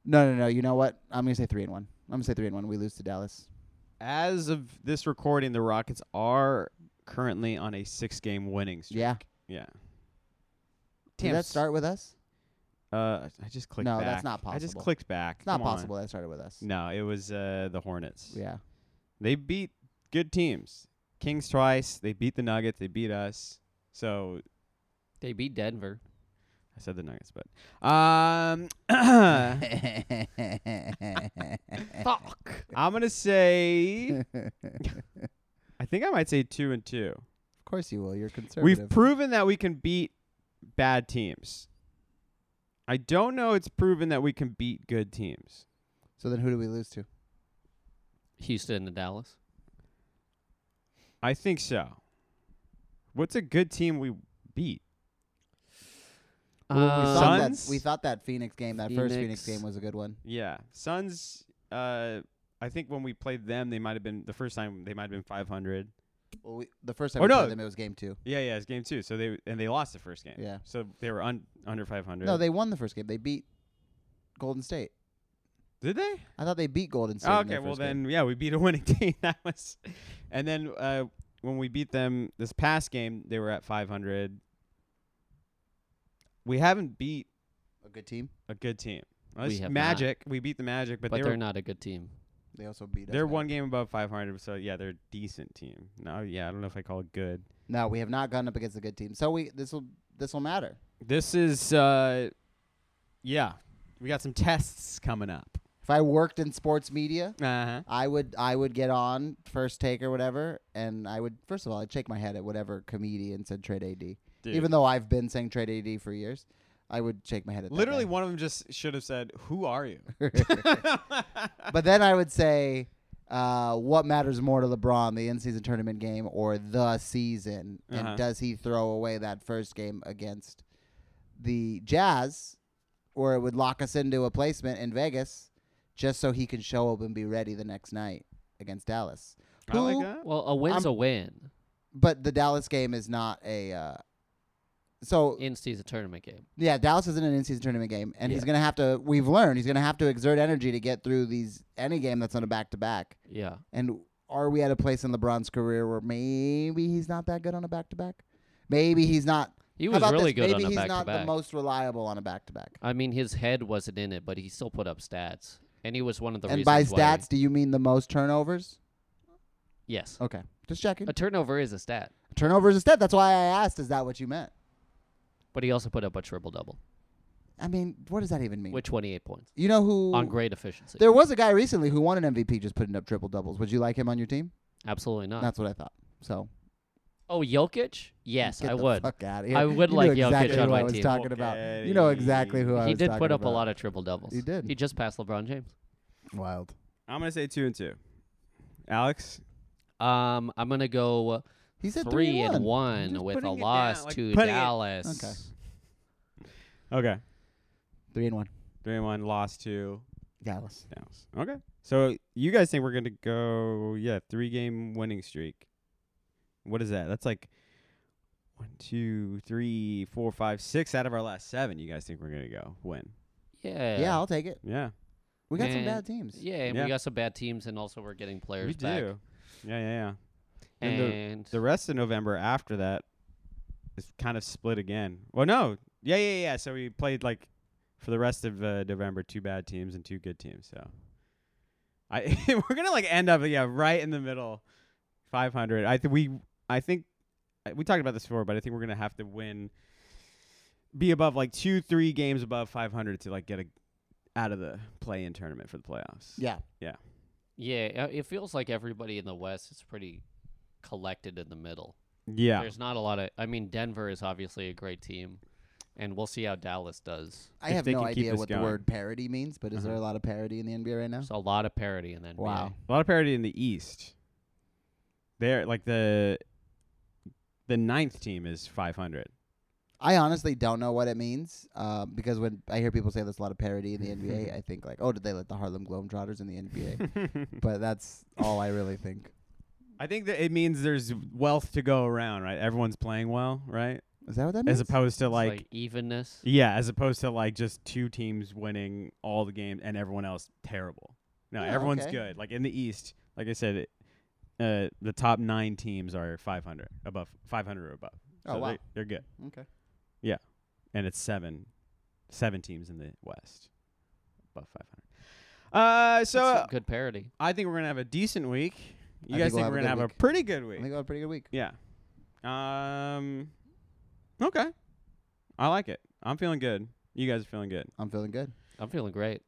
No, no, no. You know what? I'm gonna say three and one. I'm gonna say three and one. We lose to Dallas.
As of this recording, the Rockets are currently on a six-game winning streak.
Yeah.
Yeah.
Did that start with us?
Uh, I just clicked.
No,
back.
that's not
I just
possible.
clicked back.
It's not
Come on.
possible that started with us.
No, it was uh, the Hornets.
Yeah.
They beat good teams. Kings twice. They beat the Nuggets. They beat us. So
They beat Denver.
I said the Nuggets, but um, I'm
Eh.
Fuck.
gonna say.
of
I think I might say two and two.
course you will. You're conservative.
We've proven that we can beat bad teams. I don't know. It's proven that we can beat good teams.
so then who do we lose to?
Houston and Dallas.
I think so. What's a good team we beat?
Well,
Um,
we, thought that,
Uh, Suns?
we thought that Phoenix game, that first Phoenix
Phoenix.
game was a good one.
Yeah, Suns. Uh, I think when we played them, they might have been the first time they might have been 500.
Well, we, the first time
Oh,
we
no.
played them, it was game two.
Yeah, yeah, it's game two. So they and they lost the first game.
Yeah.
So they were un, under 500.
No, they won the first game. They beat Golden State.
did they?
I thought they beat Golden State.
Oh,
in their
okay, well
first game.
then, yeah, we beat a winning team. that was, and then uh, when we beat them this past game, they were at 500. We haven't beat
a good team.
a good team. Unless
We have not.
Magic. We beat the Magic, but,
But,
they
they're
were,
not a good team.
They also beat. us
they're
by-
one game above 500. So yeah, they're a decent team. No, yeah, I don't know if I call it good.
No, we have not gone up against a good team. So we this will this will matter.
This is, uh, yeah, we got some tests coming up.
If I worked in sports media,
Uh huh.
I would I would get on first take or whatever, and I would first of all I'd shake my head at whatever comedian said trade AD, even though I've been saying trade AD for years. I would shake my head at that
Literally,
guy.
one of them just should have said, "Who are you?"
But then I would say, uh, what matters more to LeBron, the in-season tournament game or the season,
Uh-huh.
and does he throw away that first game against the Jazz, where it would lock us into a placement in Vegas, just so he can show up and be ready the next night against Dallas.
I like "Oh,
Who-
that.
Well, a win's a
I'm-
win
But the Dallas game is not a. Uh, so
in season tournament game.
yeah, Dallas isn't an in-season tournament game, and he's
Yeah.
gonna have to. We've learned he's gonna have to exert energy to get through these any game that's on a back-to-back.
Yeah.
And are we at a place in LeBron's career where maybe he's not that good on a back to back? Maybe he's not.
He
How
was
about
really
this?
good on
Maybe
a
he's
back
not
to
the
back.
most reliable on a back to back.
I mean, his head wasn't in it, but he still put up stats, and he was one of the
And by
reasons
stats,
why-
do you mean the most turnovers?
Yes,
Okay, just checking.
a turnover is a stat,
Turnovers is a stat. That's why I asked. Is that what you meant?
but he also put up a triple double
I mean, what does that even mean?
with 28 points
you know who?
on great efficiency.
There was a guy recently who won an MVP just putting up triple doubles. Would you like him on your team?
Absolutely not.
That's what I thought. So
Oh, Jokic? Yes,
get
I
the
would.
Fuck out here.
I would
You
like
knew
Jokic
exactly
on
who
my
I was
team.
talking about. You know exactly who I
He
was
did
talking
put up a
about.
lot of triple doubles.
He did.
He just passed LeBron James.
Wild.
I'm gonna say two and two. Alex,
Um, I'm gonna go
He said
three, and
one.
I'm
one
just
with a
putting it
loss
down, like,
to
putting it-
Dallas.
Okay.
okay,
Three and one.
three and one, lost two,
Dallas.
downs. Okay, so you guys think we're gonna go? Yeah, three game winning streak. What is that? That's like one, two, three, four, five, six out of our last seven. You guys think we're gonna go win?
Yeah.
Yeah, I'll take it.
Yeah,
We got some
And-
bad teams.
Yeah, and
Yeah.
we got some bad teams, and also we're getting players
we
back.
do. Yeah, yeah, yeah. And the-
And
The rest of November after that is kind of split again. Well, no, yeah, yeah, yeah. So we played like for the rest of uh, November. Two bad teams and two good teams. So I we're gonna like end up yeah right in the middle, 500. I think we I think I- we talked about this before, but I think we're gonna have to win, be above like two three games above 500 to like get a out of the play in tournament for the playoffs.
Yeah.
Yeah, uh, it feels like everybody in the West is pretty collected in the middle.
Yeah.
There's not a lot of. I mean, Denver is obviously a great team, and we'll see how Dallas does.
I
If
have
they
no
can keep
idea
this
what
going.
the word parody means, but is
Uh-huh.
there a lot of parody in the NBA right now?
There's a lot of parity in that.
Wow.
A lot of parity in the East. They're like the the ninth team is 500.
I honestly don't know what it means um, because when I hear people say there's a lot of parody in the NBA, I think like, oh, did they let the Harlem Globetrotters in the NBA? but that's all I really think.
I think that it means there's wealth to go around, right? Everyone's playing well, right?
Is that what that means?
As opposed to
It's
like,
evenness.
yeah, as opposed to like just two teams winning all the games and everyone else terrible. No,
Oh,
everyone's
okay.
good. Like in the East, like I said, it, uh, the top nine teams are 500 above 500 or above.
oh
So
wow.
they, they're good.
Okay.
and it's seven, seven teams in the West above 500. Uh, so
That's
uh,
some good parody.
I think we're gonna have a decent week. You guys
I think we'll
think,
have
we're gonna
a good
have a
week.
pretty good
I
week?
think we got a pretty good week.
yeah. Um. Okay. I like it. I'm feeling good. You guys are feeling good.
I'm feeling good.
I'm feeling great.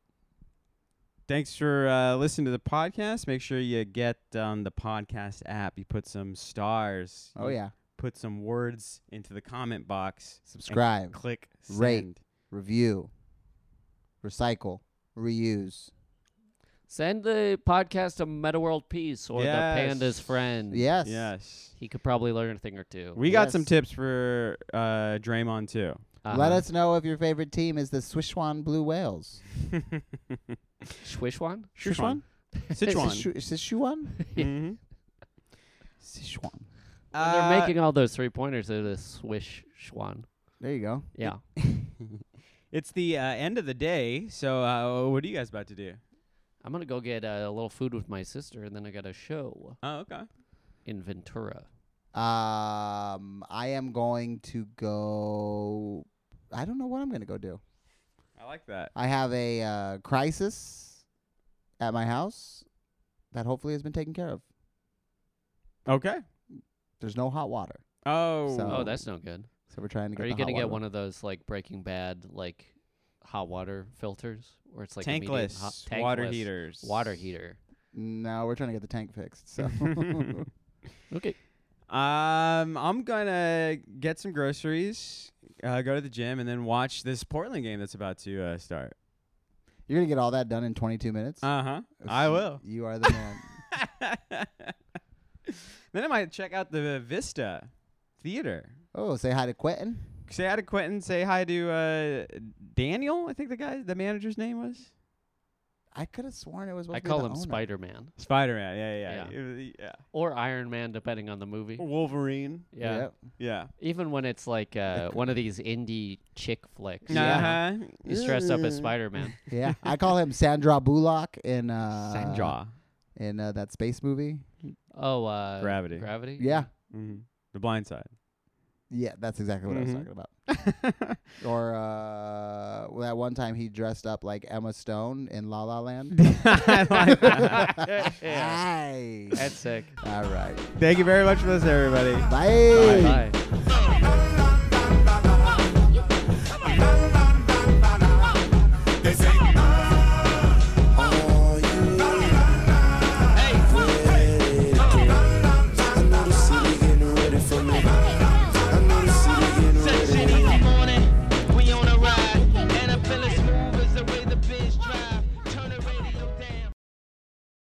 Thanks for uh, listening to the podcast. Make sure you get on the podcast app. You put some stars.
Oh
you
yeah.
Put some words into the comment box.
Subscribe,
Click send.
Rate. review, recycle, reuse.
Send the podcast to Meta World Peace or
Yes.
the Panda's friend.
Yes.
Yes.
He could probably learn a thing or two.
We got some
Yes.
tips for uh, Draymond too.
Let
Uh-huh.
us know if your favorite team is the Sichuan Blue Whales.
Schwishwan?
Sichuan. Sichuan.
Sichu- Sichuan?
hmm
Sichuan.
When
Uh,
they're making all those three pointers. They're the swish schwan.
There you go.
Yeah.
It's the uh, end of the day, so uh, what are you guys about to do?
I'm gonna go get uh, a little food with my sister, and then I got a show
Oh, okay.
in Ventura.
Um, I am going to go. I don't know what I'm going to go do.
I like that.
I have a uh, crisis at my house that hopefully has been taken care of.
Okay.
There's no hot water,
Oh.
So-
Oh, that's no good.
so we're trying to get.
Are you
the hot
gonna get
water.
one of those like Breaking Bad like hot water filters, where it's like immediate
tankless,
hot,
water
tankless
heaters.
Water heater.
No, we're trying to get the tank fixed. So
um,
Okay.
I'm gonna get some groceries, uh, go to the gym, and then watch this Portland game that's about to uh, start.
you're gonna get all that done in 22 minutes. Oh,
Uh huh. I will.
You are the man.
then I might check out the Vista Theater.
oh, say hi to Quentin.
Say hi to Quentin. Say hi to uh, Daniel. I think the guy, the manager's name was
I could have sworn it was.
I
supposed to be
call
the
him
owner.
Spider Man
Spider Man. Yeah, yeah,
Yeah.
yeah. It was- yeah.
or Iron Man, depending on the movie.
Wolverine.
Yeah.
Oh, Yep.
Yeah.
Even when it's like uh, one of these indie chick flicks.
Yeah. Uh-huh.
Uh-huh.
He's dressed up as
Yeah.
Spider Man.
Yeah, I call him Sandra Bullock in uh,
Sandra.
in uh, that space movie.
Oh, uh,
Gravity.
Gravity.
Yeah,
Mhm. The Blind Side.
yeah, that's exactly what I was
Mhm.
talking about. Or uh, well, that one time he dressed up like Emma Stone in La La Land.
I like that.
Yeah.
Nice.
That's sick.
All right.
Thank you very much for listening, everybody.
Bye.
Bye.